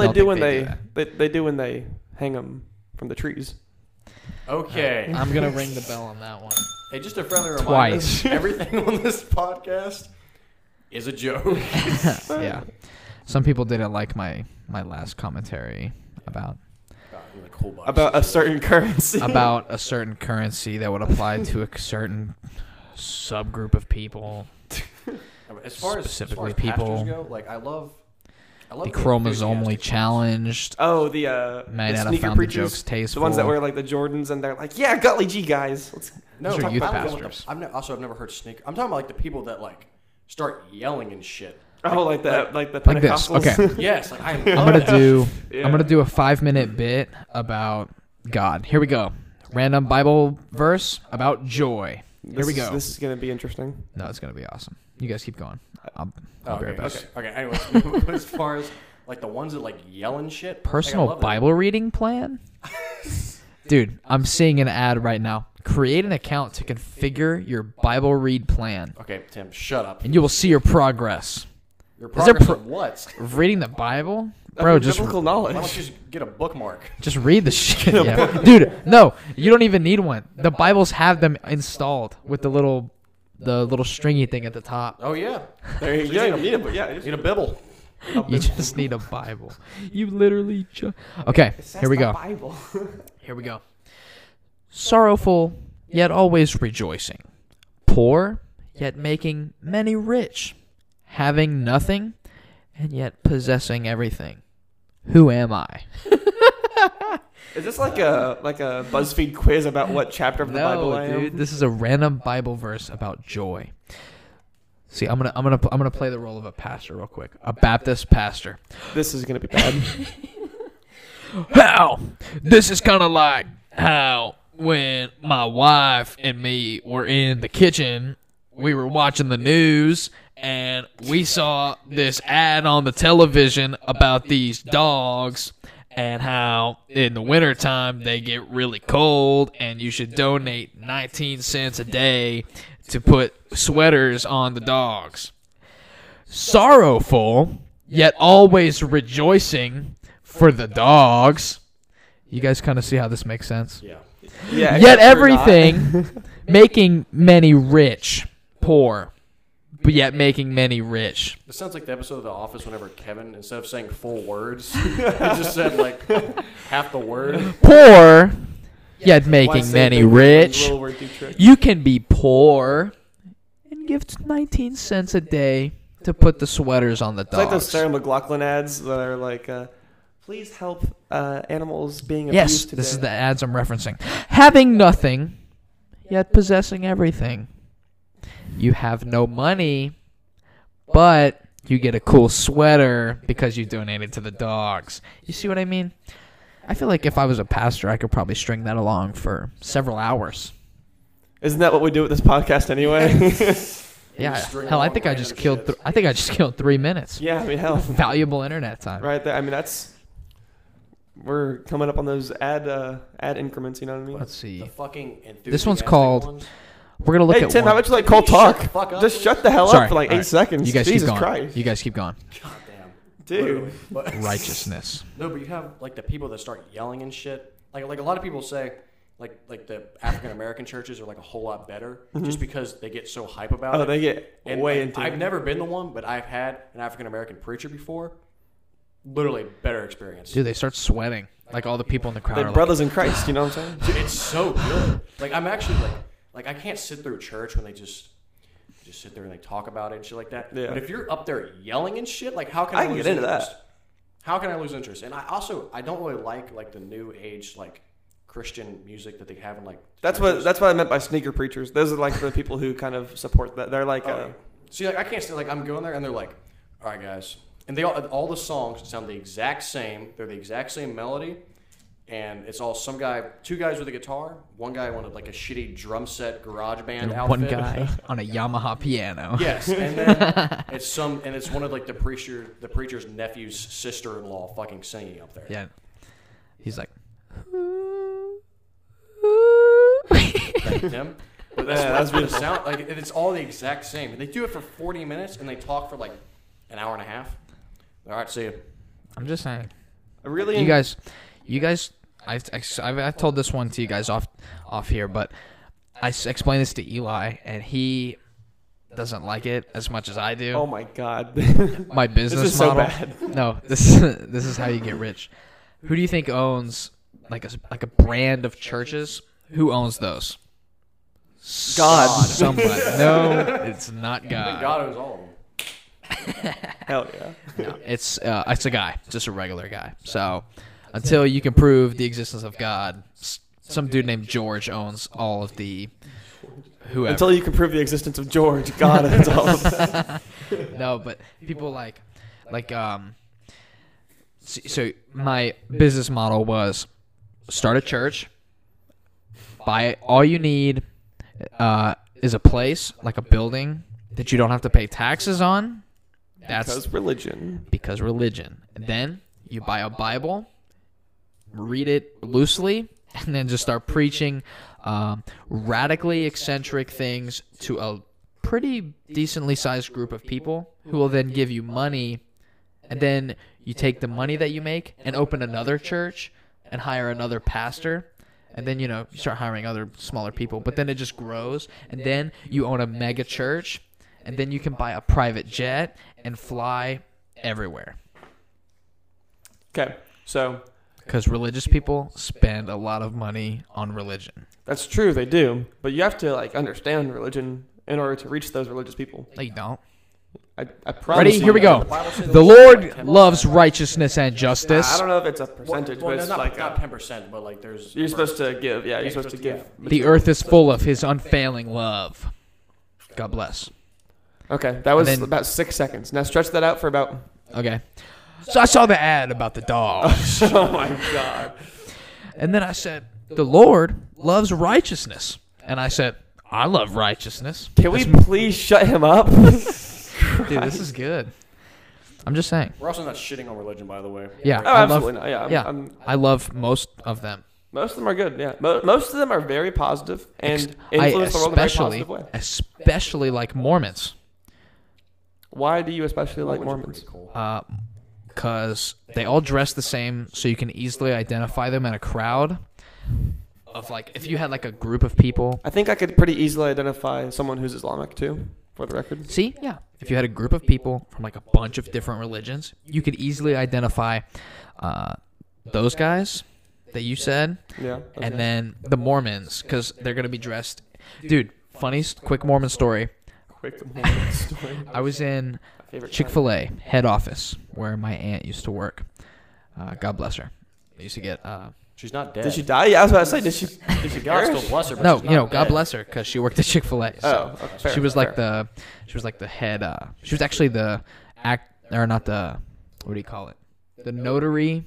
A: I
C: they
A: don't
C: do
A: think
C: when
A: they
C: they
A: do
C: they, they do when they hang them from the trees.
B: Okay.
A: I'm gonna ring the bell on that one.
B: Hey, just a friendly reminder.
A: Twice.
B: Everything on this podcast is a joke.
A: yeah. Some people didn't like my my last commentary about
B: God, I'm in the coal
A: Oh,
B: box.
C: About a certain currency.
A: about a certain currency that would apply to a certain subgroup of people.
B: I mean, as far as
A: specifically
B: as far as pastors
A: people-
B: go, like I love, I love
A: The chromosomally
B: enthusiastic
A: challenged.
C: oh, the uh,
A: Man,
C: the
A: Anna
C: sneaker
A: found the
C: preachers,
A: jokes tasteful.
C: the ones that wear like the Jordans, and they're like, "Yeah, golly gee, guys." Let's,
B: ones. No,
A: Those are
B: I'm
A: youth
B: talking about the-
A: pastors.
B: I've ne- also I've never heard sneaker. I'm talking about like the people that like start yelling and shit.
C: oh, like the like the
A: Like this.
C: Pentecostals.
A: Okay.
B: Yes, like I
A: I'm
B: love
A: gonna do
C: Yeah.
A: I'm gonna do a five minute bit about God. Here we go. Random Bible verse about joy. Here
C: This
A: we
C: is-
A: go.
C: This is gonna be interesting.
A: No, it's gonna be awesome. You guys keep going. I'll,
B: Oh,
A: I'll be
B: okay,
A: right back.
B: okay, okay. Anyways, as far as like the ones that like yell and shit, like, I
A: personal
B: love that.
A: Bible reading plan? Dude, I'm seeing an ad right now. Create an account to configure your Bible read plan,
B: Okay, Tim, shut up.
A: and you will see your progress.
B: Your
A: Is there
B: progress
A: pro-
B: on what?
A: Of Reading the Bible, bro, just
C: biblical
B: Why
C: knowledge.
B: don't you just get a bookmark?
A: just read the shit. Yeah. Dude, no, you don't even need one. The Bibles have them installed with the little, the little stringy thing at the top.
B: Oh yeah,
C: There you
B: So
C: go.
B: you need a-
C: but yeah,
B: need a bibble.
A: You just need a Bible. You literally just. Okay, here we go.
C: Bible.
A: Here we go. Sorrowful, yet always rejoicing. Poor, yet making many rich. Having nothing, and yet possessing everything. Who am I?
C: Is this like a like a BuzzFeed quiz about what chapter of the Bible I am?
A: dude, this is a random Bible verse about joy. See, I'm gonna, I'm gonna, I'm gonna play the role of a pastor real quick, a Baptist pastor.
C: This is gonna be bad.
A: How? This is kind of like how when my wife and me were in the kitchen, we were watching the news and we saw this ad on the television about these dogs and how in the wintertime they get really cold and you should donate 19 cents a day to put sweaters on the dogs sorrowful, yet always rejoicing for the dogs. You guys kind of see how this makes sense?
B: Yeah.
C: yeah.
A: Yet
C: except for
A: everything making many rich, poor, but yet making many rich.
B: This sounds like the episode of The Office whenever Kevin, instead of saying full words, he just said like half the word.
A: Poor, yet
C: not. Why
A: making
C: say
A: many
C: big words
A: rich.
C: when little words do trick?
A: You can be poor and give 19 cents a day to put the sweaters on the
C: It's like those
A: dogs.
C: Sarah McLaughlin ads that are like, uh, "Please help uh, animals being abused
A: Yes,
C: today."
A: this is the ads I'm referencing. Having nothing, yet possessing everything. You have no money, but you get a cool sweater because you donated to the dogs. You see what I mean? I feel like if I was a pastor, I could probably string that along for several hours.
C: Isn't that what we do with this podcast anyway?
A: Yeah,
B: just string
A: hell, I
B: along
A: think I
B: random
A: just killed.
B: shit.
A: Th- I think I just killed three minutes.
C: yeah, I mean, hell,
A: Valuable internet time.
C: right there. I mean, that's we're coming up on those ad uh, ad increments. You know what I mean?
A: Let's see.
B: The fucking enthusiastic
A: This one's called-
B: ones.
A: We're gonna look
C: hey
A: at
C: Tim,
A: one.
C: how much you like cold talk?
B: the fuck up,
C: Just
B: please?
C: shut the hell
A: Sorry,
C: up for like
A: all
C: eight
A: right.
C: seconds.
A: You guys
C: Jesus
A: keep going.
C: Christ,
A: You guys keep going.
B: God damn.
C: dude.
B: But-
A: Righteousness.
B: No, but you have like the people that start yelling and shit. Like like a lot of people say, like like the African American churches are like a whole lot better just because they get so hype about
C: Mm-hmm. Oh,
B: it.
C: they get
B: and
C: way
B: like,
C: into
B: I've
C: it.
B: never been the one, but I've had an African American preacher before. Literally better experience.
A: Dude, they start sweating. Like all the people in the crowd. Are
C: They're
A: like,
C: brothers in Christ. You know what I'm saying?
B: Dude, it's so good. Like I'm actually like like I can't sit through church when they just just sit there and they talk about it and shit like that.
C: Yeah.
B: But if you're up there yelling and shit, like how can
C: I
B: I,
C: can
B: lose
C: get into that.
B: interest? How can I lose interest? And I also I don't really like like the new age like Christian music that they have in like
C: That's what
B: churches.
C: that's what I meant by sneaker preachers. Those are like the people who kind of support that. They're like, uh,
B: Oh, See, like I can't stand like I'm going there and they're like, all right, guys, and they all all the songs sound the exact same. They're the exact same melody, and it's all some guy, two guys with a guitar, one guy wanted like a shitty drum set garage
A: and
B: band outfit.
A: one guy on a Yamaha piano.
B: Yes, and then it's some, and it's one of like the preacher, the preacher's nephew's sister-in-law, fucking singing up there.
A: Yeah. He's like,
B: Thank them. But that's,
C: Yeah,
B: that's
C: that's
B: what it sound like. and It's all the exact same. And they do it for 40 minutes, and they talk for like an hour and a half. All right, see you.
A: I'm just saying.
C: I really.
A: You guys, you guys, I've, I've, I've told this one to you guys off off here, but I s- explained this to Eli, and he doesn't like it as much as I do.
C: oh my God.
A: My business
C: is so
A: model.
C: bad.
A: No, this this is how you get rich. Who do you think owns like a s- like a brand of churches? Who owns those?
C: God.
A: Somebody. no, it's not God.
B: God owns all of them.
C: hell yeah.
A: It's uh, it's a guy, just a regular guy. So until you can prove the existence of God, s- some dude named George owns all of the whoever.
C: Until you can prove the existence of George, God, it's all.
A: no, but people like like um. So, so my business model was start a church, buy all you need, uh, is a place like a building that you don't have to pay taxes on. That's
C: Because religion.
A: because religion. And then you buy a Bible, read it loosely, and then just start preaching um, radically eccentric things to a pretty decently sized group of people who will then give you money. And then you take the money that you make and open another church and hire another pastor. And then, you know, you start hiring other smaller people. But then it just grows. And then you own a mega church. And then you can buy a private jet and fly everywhere.
C: Okay, so
A: Because religious people spend a lot of money on religion.
C: that's true. They do, but you have to like understand religion in order to reach those religious people.
A: No, you don't.
C: I, I promise.
A: Ready?
C: you
A: Here we
C: that.
A: go.
B: Bible says
A: The
B: that-
A: Lord loves righteousness and
C: I
A: justice.
C: don't know if it's a percentage,
B: well,
C: but it's
B: not,
C: like
B: not
C: a-
B: ten percent, but like there's
C: you're supposed to give. Yeah, you're supposed to give.
A: The earth is full of his unfailing love. God bless.
C: Okay, that was
A: And then-
C: about six seconds. Now stretch that out for about.
A: Okay. So I saw the ad about the dog.
C: oh my god.
A: And then I said, The Lord loves righteousness. And I said, I love righteousness.
C: Can we please shut him up? Oh,
A: Dude, this is good. I'm just saying.
B: We're also not shitting on religion, by the way.
A: Yeah.
C: Oh,
A: I love,
C: absolutely not. Yeah, I'm-
A: yeah.
C: I'm-
A: I love most of them.
C: most of them are good. Yeah, Mo- most of them are very positive and
A: Ex- I
C: influence the world in a very
A: especially,
C: positive way.
A: especially like Mormons,
C: Why do you especially like
B: Mormons are pretty
C: Mormons?
B: Cool.
A: because uh, they all dress the same, so you can easily identify them in a crowd. Of like, if you had like a group of people,
C: I think I could pretty easily identify someone who's Islamic too, for the record.
A: see, yeah, if you had a group of people from like a bunch of different religions, you could easily identify uh, those guys that you said
C: Yeah. okay.
A: and then the Mormons because they're gonna be dressed. Dude, funny s- quick Mormon story.
C: quick Mormon story.
A: I was in
C: Favorite
A: Chick Fil A head office where my aunt used to work. Uh, God bless her. I used to get uh,
B: She's not dead.
C: Did she die? Yeah, I was about to say. Did she? Did she
B: God
C: perish?
B: still bless her. But
A: no,
B: she's
A: you
B: not
A: know, God
B: dead.
A: bless her because she worked at Chick Fil A.
C: Oh, okay, fair,
A: she was like
C: fair.
A: the she was like the head. Uh, she was actually the act or not the what do you call it? The notary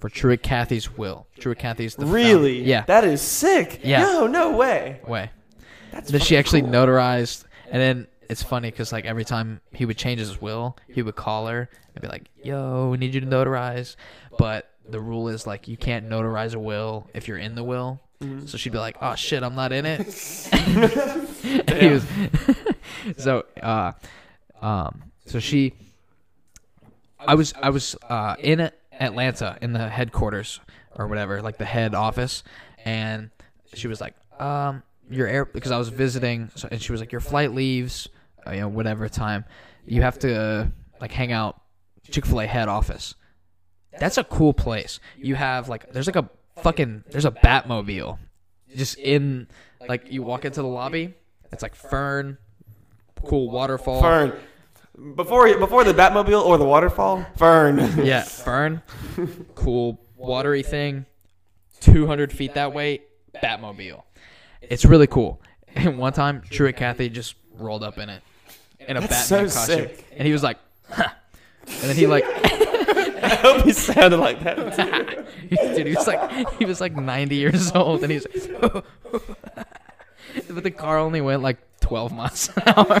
A: for Truett Cathy's will. Truett Cathy's the founder-
C: Really?
A: yeah
C: That is sick.
A: Yeah.
C: No, no way.
A: way.
C: That's
A: That she
C: fucking
A: actually
C: cool.
A: notarized, and then it's funny because like every time he would change his will, he would call her and be like, "Yo, we need you to notarize," but the rule is like you can't
C: Mm-hmm.
A: notarize a will if you're in the will. So she'd be like, "Oh shit, I'm not in it." he was, so uh, um, so she, I was I was uh, in A- Atlanta in the headquarters or whatever, like the head office, and she was like, um, your air because I was visiting, so, and she was like, your flight leaves, uh, you know, whatever time, you have to uh, like hang out Chick Fil A head office. That's a cool place. You have like there's like a fucking there's a Batmobile just in like you walk into the lobby. It's like fern, cool waterfall.
C: Fern. Before before the Batmobile or the waterfall, Fern.
A: Yeah, fern, cool watery thing. Two hundred feet that way, Batmobile. It's really cool. And one time, Truett Cathy just rolled up in it in a
C: That's
A: Batman
C: so
A: costume,
C: sick.
A: and he was like, huh. and then he like.
C: I hope he sounded like that. too.
A: Dude, he was like he was like 90 years old, and he's. but the car only went like 12 miles an hour.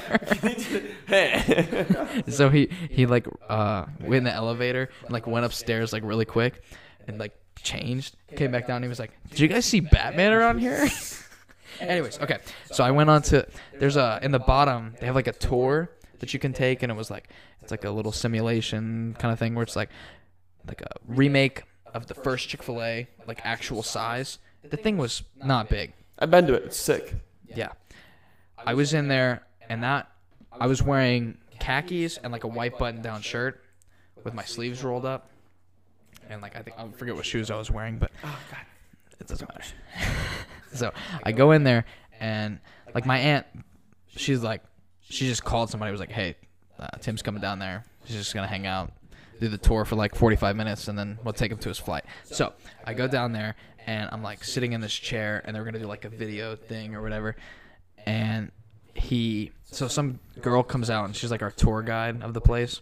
A: so he he like uh went in the elevator and like went upstairs like really quick, and like changed, came back down. And he was like, "Did you guys see Batman around here?" Anyways, okay. So I went on to there's a in the bottom they have like a tour that you can take, and it was like it's like a little simulation kind of thing where it's like like a remake of the first Chick Fil A, like actual size. The thing was not big.
C: I've been to it. It's sick.
A: Yeah, I was in there, and that I was wearing khakis and like a white button-down shirt with my sleeves rolled up, and like I think I forget what shoes I was wearing, but it doesn't matter. so Oh, I go in there, and like my aunt, she's like, she just called somebody. Was like, hey, uh, Tim's coming down there. He's just gonna hang out, do the tour for like 45 minutes, and then we'll take him to his flight. So I go down there, and I'm like sitting in this chair, and they're gonna do like a video thing or whatever, and he, so some girl comes out, and she's like our tour guide of the place,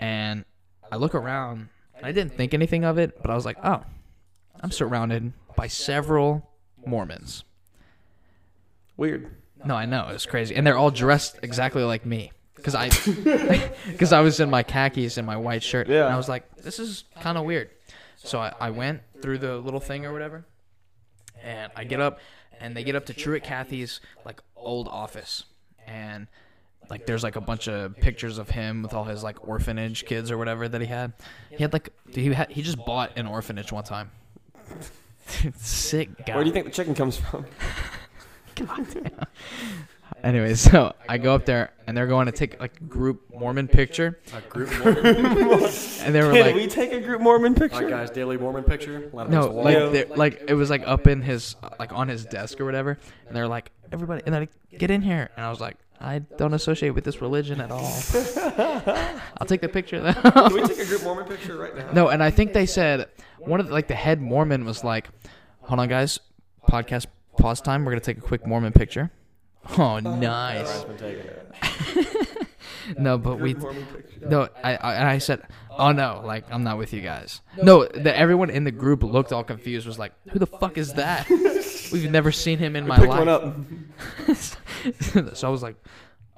A: and I look around. and I didn't think anything of it, but I was like, oh, I'm surrounded by several Mormons.
C: Weird.
A: No, I know it was crazy, and they're all dressed exactly like me because I because I was in my khakis and my white shirt,
C: Yeah.
A: and I was like, this is kind of weird. So I, I went through the little thing or whatever, and I get up, and they get up to Truett Cathy's like old office, and like there's like a bunch of pictures of him with all his like orphanage kids or whatever that he had. He had like dude, he had, he just bought an orphanage one time. Sick guy.
C: Where do you think the chicken comes from?
A: Anyway, so I go up there and they're going to take like group Mormon picture,
B: A group Mormon,
A: and they were
C: Can
A: like, "Oh
C: we take a group Mormon
B: like
C: picture?
B: guys, daily Mormon picture. Let 'em
A: no,
B: just walk.
A: like
C: Yeah.
A: they're- like it was like up in his like on his desk or whatever, and they're like, everybody, and they're like, get in here, and I was like, I don't associate with this religion at all. I'll take the picture though.
C: Can we take a group Mormon picture right now?
A: no, and I think they said one of the, like the head Mormon was like, hold on guys, podcast pause time. We're gonna take a quick Mormon picture. Oh, nice.
B: Brian's been taking it.
A: No, but we.
C: Mormon picture.
A: No, I, I and I said, oh no, like I'm not with you guys. No, the, everyone in the group looked all confused. Was like, who the fuck is that? We've never seen him in my
C: Pick one
A: life.
C: up.
A: so I was like,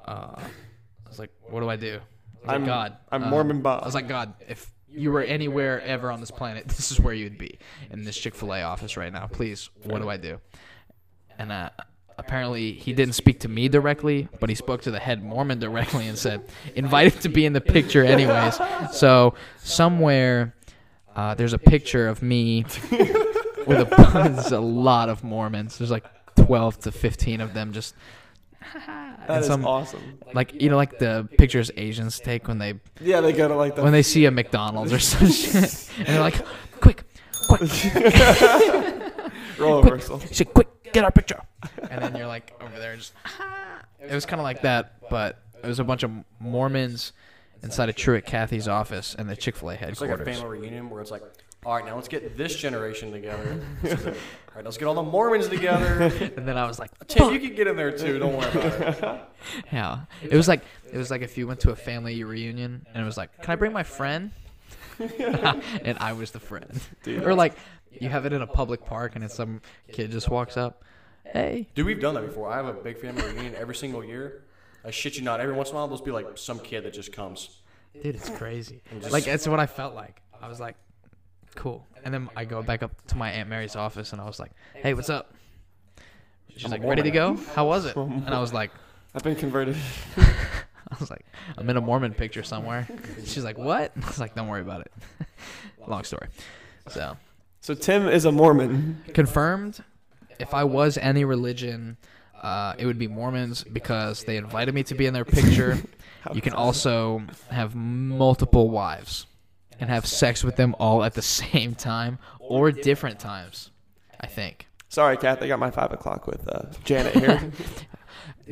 A: uh, I was like, what do I do? I was like,
C: I'm-
A: God.
C: I'm
A: um,
C: Mormon Bob.
A: I was like, God, if you were anywhere ever on this planet, this is where you'd be in this Chick Fil A office right now. Please, what do I do? And uh, apparently, he didn't speak to me directly, but he spoke to the head Mormon directly and said, "Invite him to be in the picture, anyways." So somewhere, uh, there's a picture of me with a, there's a lot of Mormons. There's like 12 to 15 of them just
C: That is
A: some-
C: awesome.
A: like you know like the pictures Asians take when they
C: Yeah, they go to like the.
A: when they see a McDonald's or some shit, and they're like, "Quick, quick!"
C: roll reversal.
A: She said, "Quick, get our picture." And then you're like over there, just. It was kind of like that, but it was a bunch of Mormons inside of Truett Cathy's office and the Chick Fil A
B: It's like a
A: headquarters.
B: family reunion where it's like, all right, now let's get this generation together. all right, let's get all the Mormons together.
A: And then I was like,
B: Tim, you can get in there too. Don't worry about it.
A: "Yeah." It was like it was like if you went to a family reunion and it was like, "Can I bring my friend?" and I was the friend. Or like you have it in a public park and it's some kid just walks up, "Hey."
B: Dude, we've done that before. I have a big family reunion every single year. I shit you not. Every once in a while, there'll be like some kid that just comes.
A: Dude, it's crazy.
B: just-
A: like that's what I felt like. I was like, cool. And then I go back up to my aunt Mary's office, and I was like, hey, what's up? She's like, ready to go? How was it?
C: Mormon.
A: And I was like,
C: I've been converted.
A: I was like, I'm in a Mormon picture somewhere. She's like, what? I was like, don't worry about it. Long story. So
C: So Tim is a Mormon.
A: confirmed. If I was any religion, uh, it would be Mormons because they invited me to be in their picture. You can also have multiple wives and have sex with them all at the same time or different times. I think,
C: Sorry, Kath, I got my five o'clock with uh, Janet here.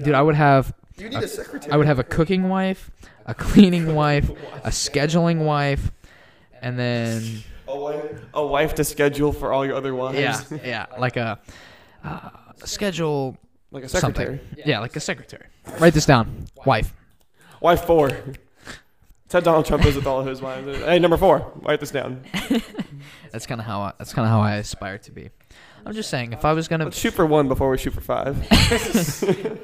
A: dude, I would have
C: you need a secretary.
A: I would have a cooking wife, a cleaning wife, a scheduling wife, and then
C: a wife, a wife to schedule for all your other wives.
A: yeah, yeah, like a uh, schedule
C: like a secretary.
A: something. Yeah, like a secretary. Write this down. Wife.
C: Wife four. That's how Donald Trump is with all of his wives. Hey, number four. Write this down.
A: That's kind of how I, that's kind of how I aspire to be. I'm just saying, if I was gonna,
C: Let's shoot for one before we shoot for five.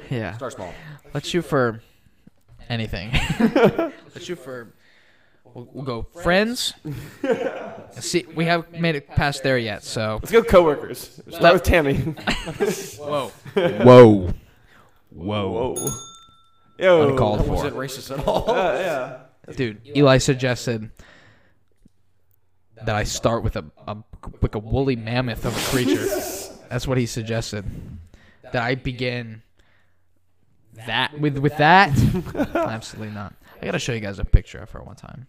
A: yeah,
B: Start small.
A: let's shoot for anything. let's shoot for. We'll, we'll go friends. See, we haven't made it past there yet, so.
C: Let's go coworkers. Start with Tammy.
A: Whoa.
D: Whoa. Whoa.
C: Whoa. Yo.
A: Uncalled for.
B: Wasn't racist at all.
C: Uh, yeah.
A: Dude, Eli suggested that I start with a, a like a woolly mammoth of a creature. That's what he suggested. That I begin that with with that. Absolutely not. I gotta show you guys a picture of her one time.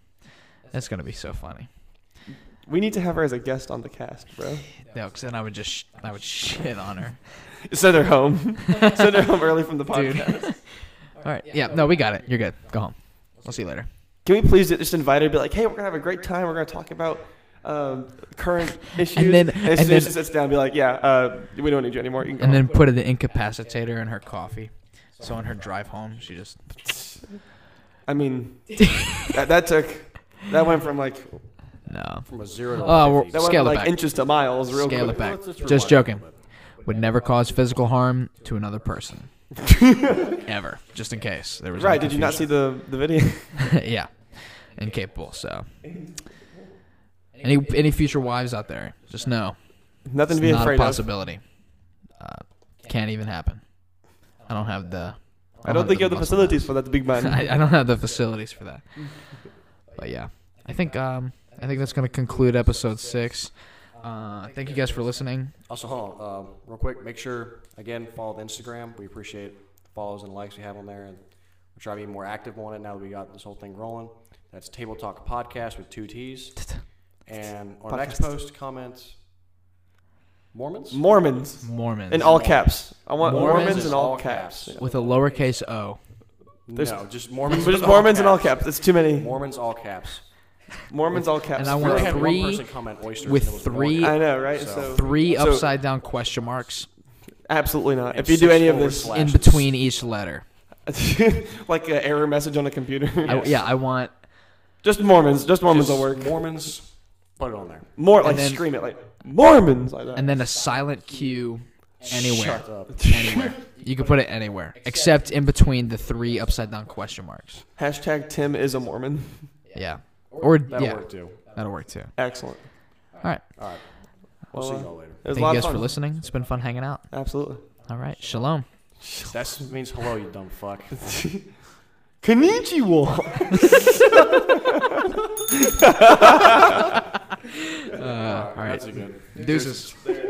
A: That's gonna be so funny.
C: We need to have her as a guest on the cast, bro.
A: No, 'cause then I would just sh- I would shit on her.
C: Send her home. Send her home early from the podcast.
A: All right. Yeah. No, we got it. You're good. Go home. We'll see you later.
C: Can we please just invite her? Be like, hey, we're gonna have a great time. We're gonna talk about um, current issues.
A: And then- and
C: as soon
A: then-
C: as she sits down, be like, yeah, uh, we don't need you anymore. You can go
A: And then put an incapacitator in her coffee. So on her drive home, she just
C: I mean, that, that took that went from like
A: no.
B: From a zero to
A: Oh,
B: a
A: we're-
B: 50.
C: that went
A: Scale
C: from
A: it
C: like
A: back.
C: inches to miles real
A: Scale
C: quick.
A: it back.
B: Let's just
A: Just
B: rewind a
A: joking.
B: little bit.
A: Would never cause physical harm to another person. Ever. Just in case. There was
C: Right?
A: any
C: Did you not see
A: confusion.
C: the the video?
A: yeah. Incapable, so. Any any future wives out there, just know.
C: Nothing
A: It's
C: to be
A: not a
C: afraid of.
A: possibility. Uh, can't even happen. I don't have the
C: I don't think you have the
A: muscle mass.
C: facilities for that, big man.
A: I, I don't have the facilities for that. But yeah, I think um, I think that's gonna conclude episode six. Uh, thank you guys for listening.
B: Also, hold on, um, real quick. Make sure again follow the Instagram. We appreciate the follows and likes we have on there, and we're trying to be more active on it now that we got this whole thing rolling. That's Table Talk Podcast with two T's. And our next
C: Podcast.
B: post, comment Mormons
C: Mormons
A: Mormons
C: in all caps. I want
A: Mormons
C: Mormons,
B: is
C: in all
B: all
C: caps.
B: caps.
A: with a lowercase o.
C: There's-
B: no, just Mormons.
C: But
B: with
C: just Mormons in all caps. It's too many.
B: Mormons all caps.
C: Mormons all caps.
A: And I
B: We
A: want
B: only
A: With
B: had
A: three-
B: one person comment oysters.
A: with
B: and it was
A: three-
B: Mormon.
C: I know, right?
B: So-
C: So,
A: Three
C: So-
A: upside down question marks
C: absolutely not.
B: And
C: If you do
B: six
C: any of
B: forward
C: this,
A: in
B: slashes.
A: between each letter.
C: like an error message on a computer.
A: I, yeah, I want.
C: just Mormons. Just Mormons
B: Just
C: will work.
B: Mormons, put it on there.
C: More
A: And
C: like
A: then-
C: scream it like Mormons like that.
A: And then a silent Q anywhere.
B: Shut up.
A: Anywhere. You can put it anywhere. Except in between the three upside down question marks.
C: Hashtag Tim is a Mormon.
A: Yeah. Or,
B: That'll
A: yeah,
B: work too.
A: that'll work too.
C: Excellent.
A: All right.
B: All right. We'll
C: Well,
B: see
C: uh,
B: y'all later.
C: It
A: Thank
C: was a
A: you
C: lot of
A: guys
C: fun.
A: for listening. It's been fun hanging out.
C: Absolutely.
A: All right. Shalom.
B: That means hello, you dumb fuck.
C: Konnichiwa.
A: Uh, all right. Uh,
B: That's a good.
A: Deuces.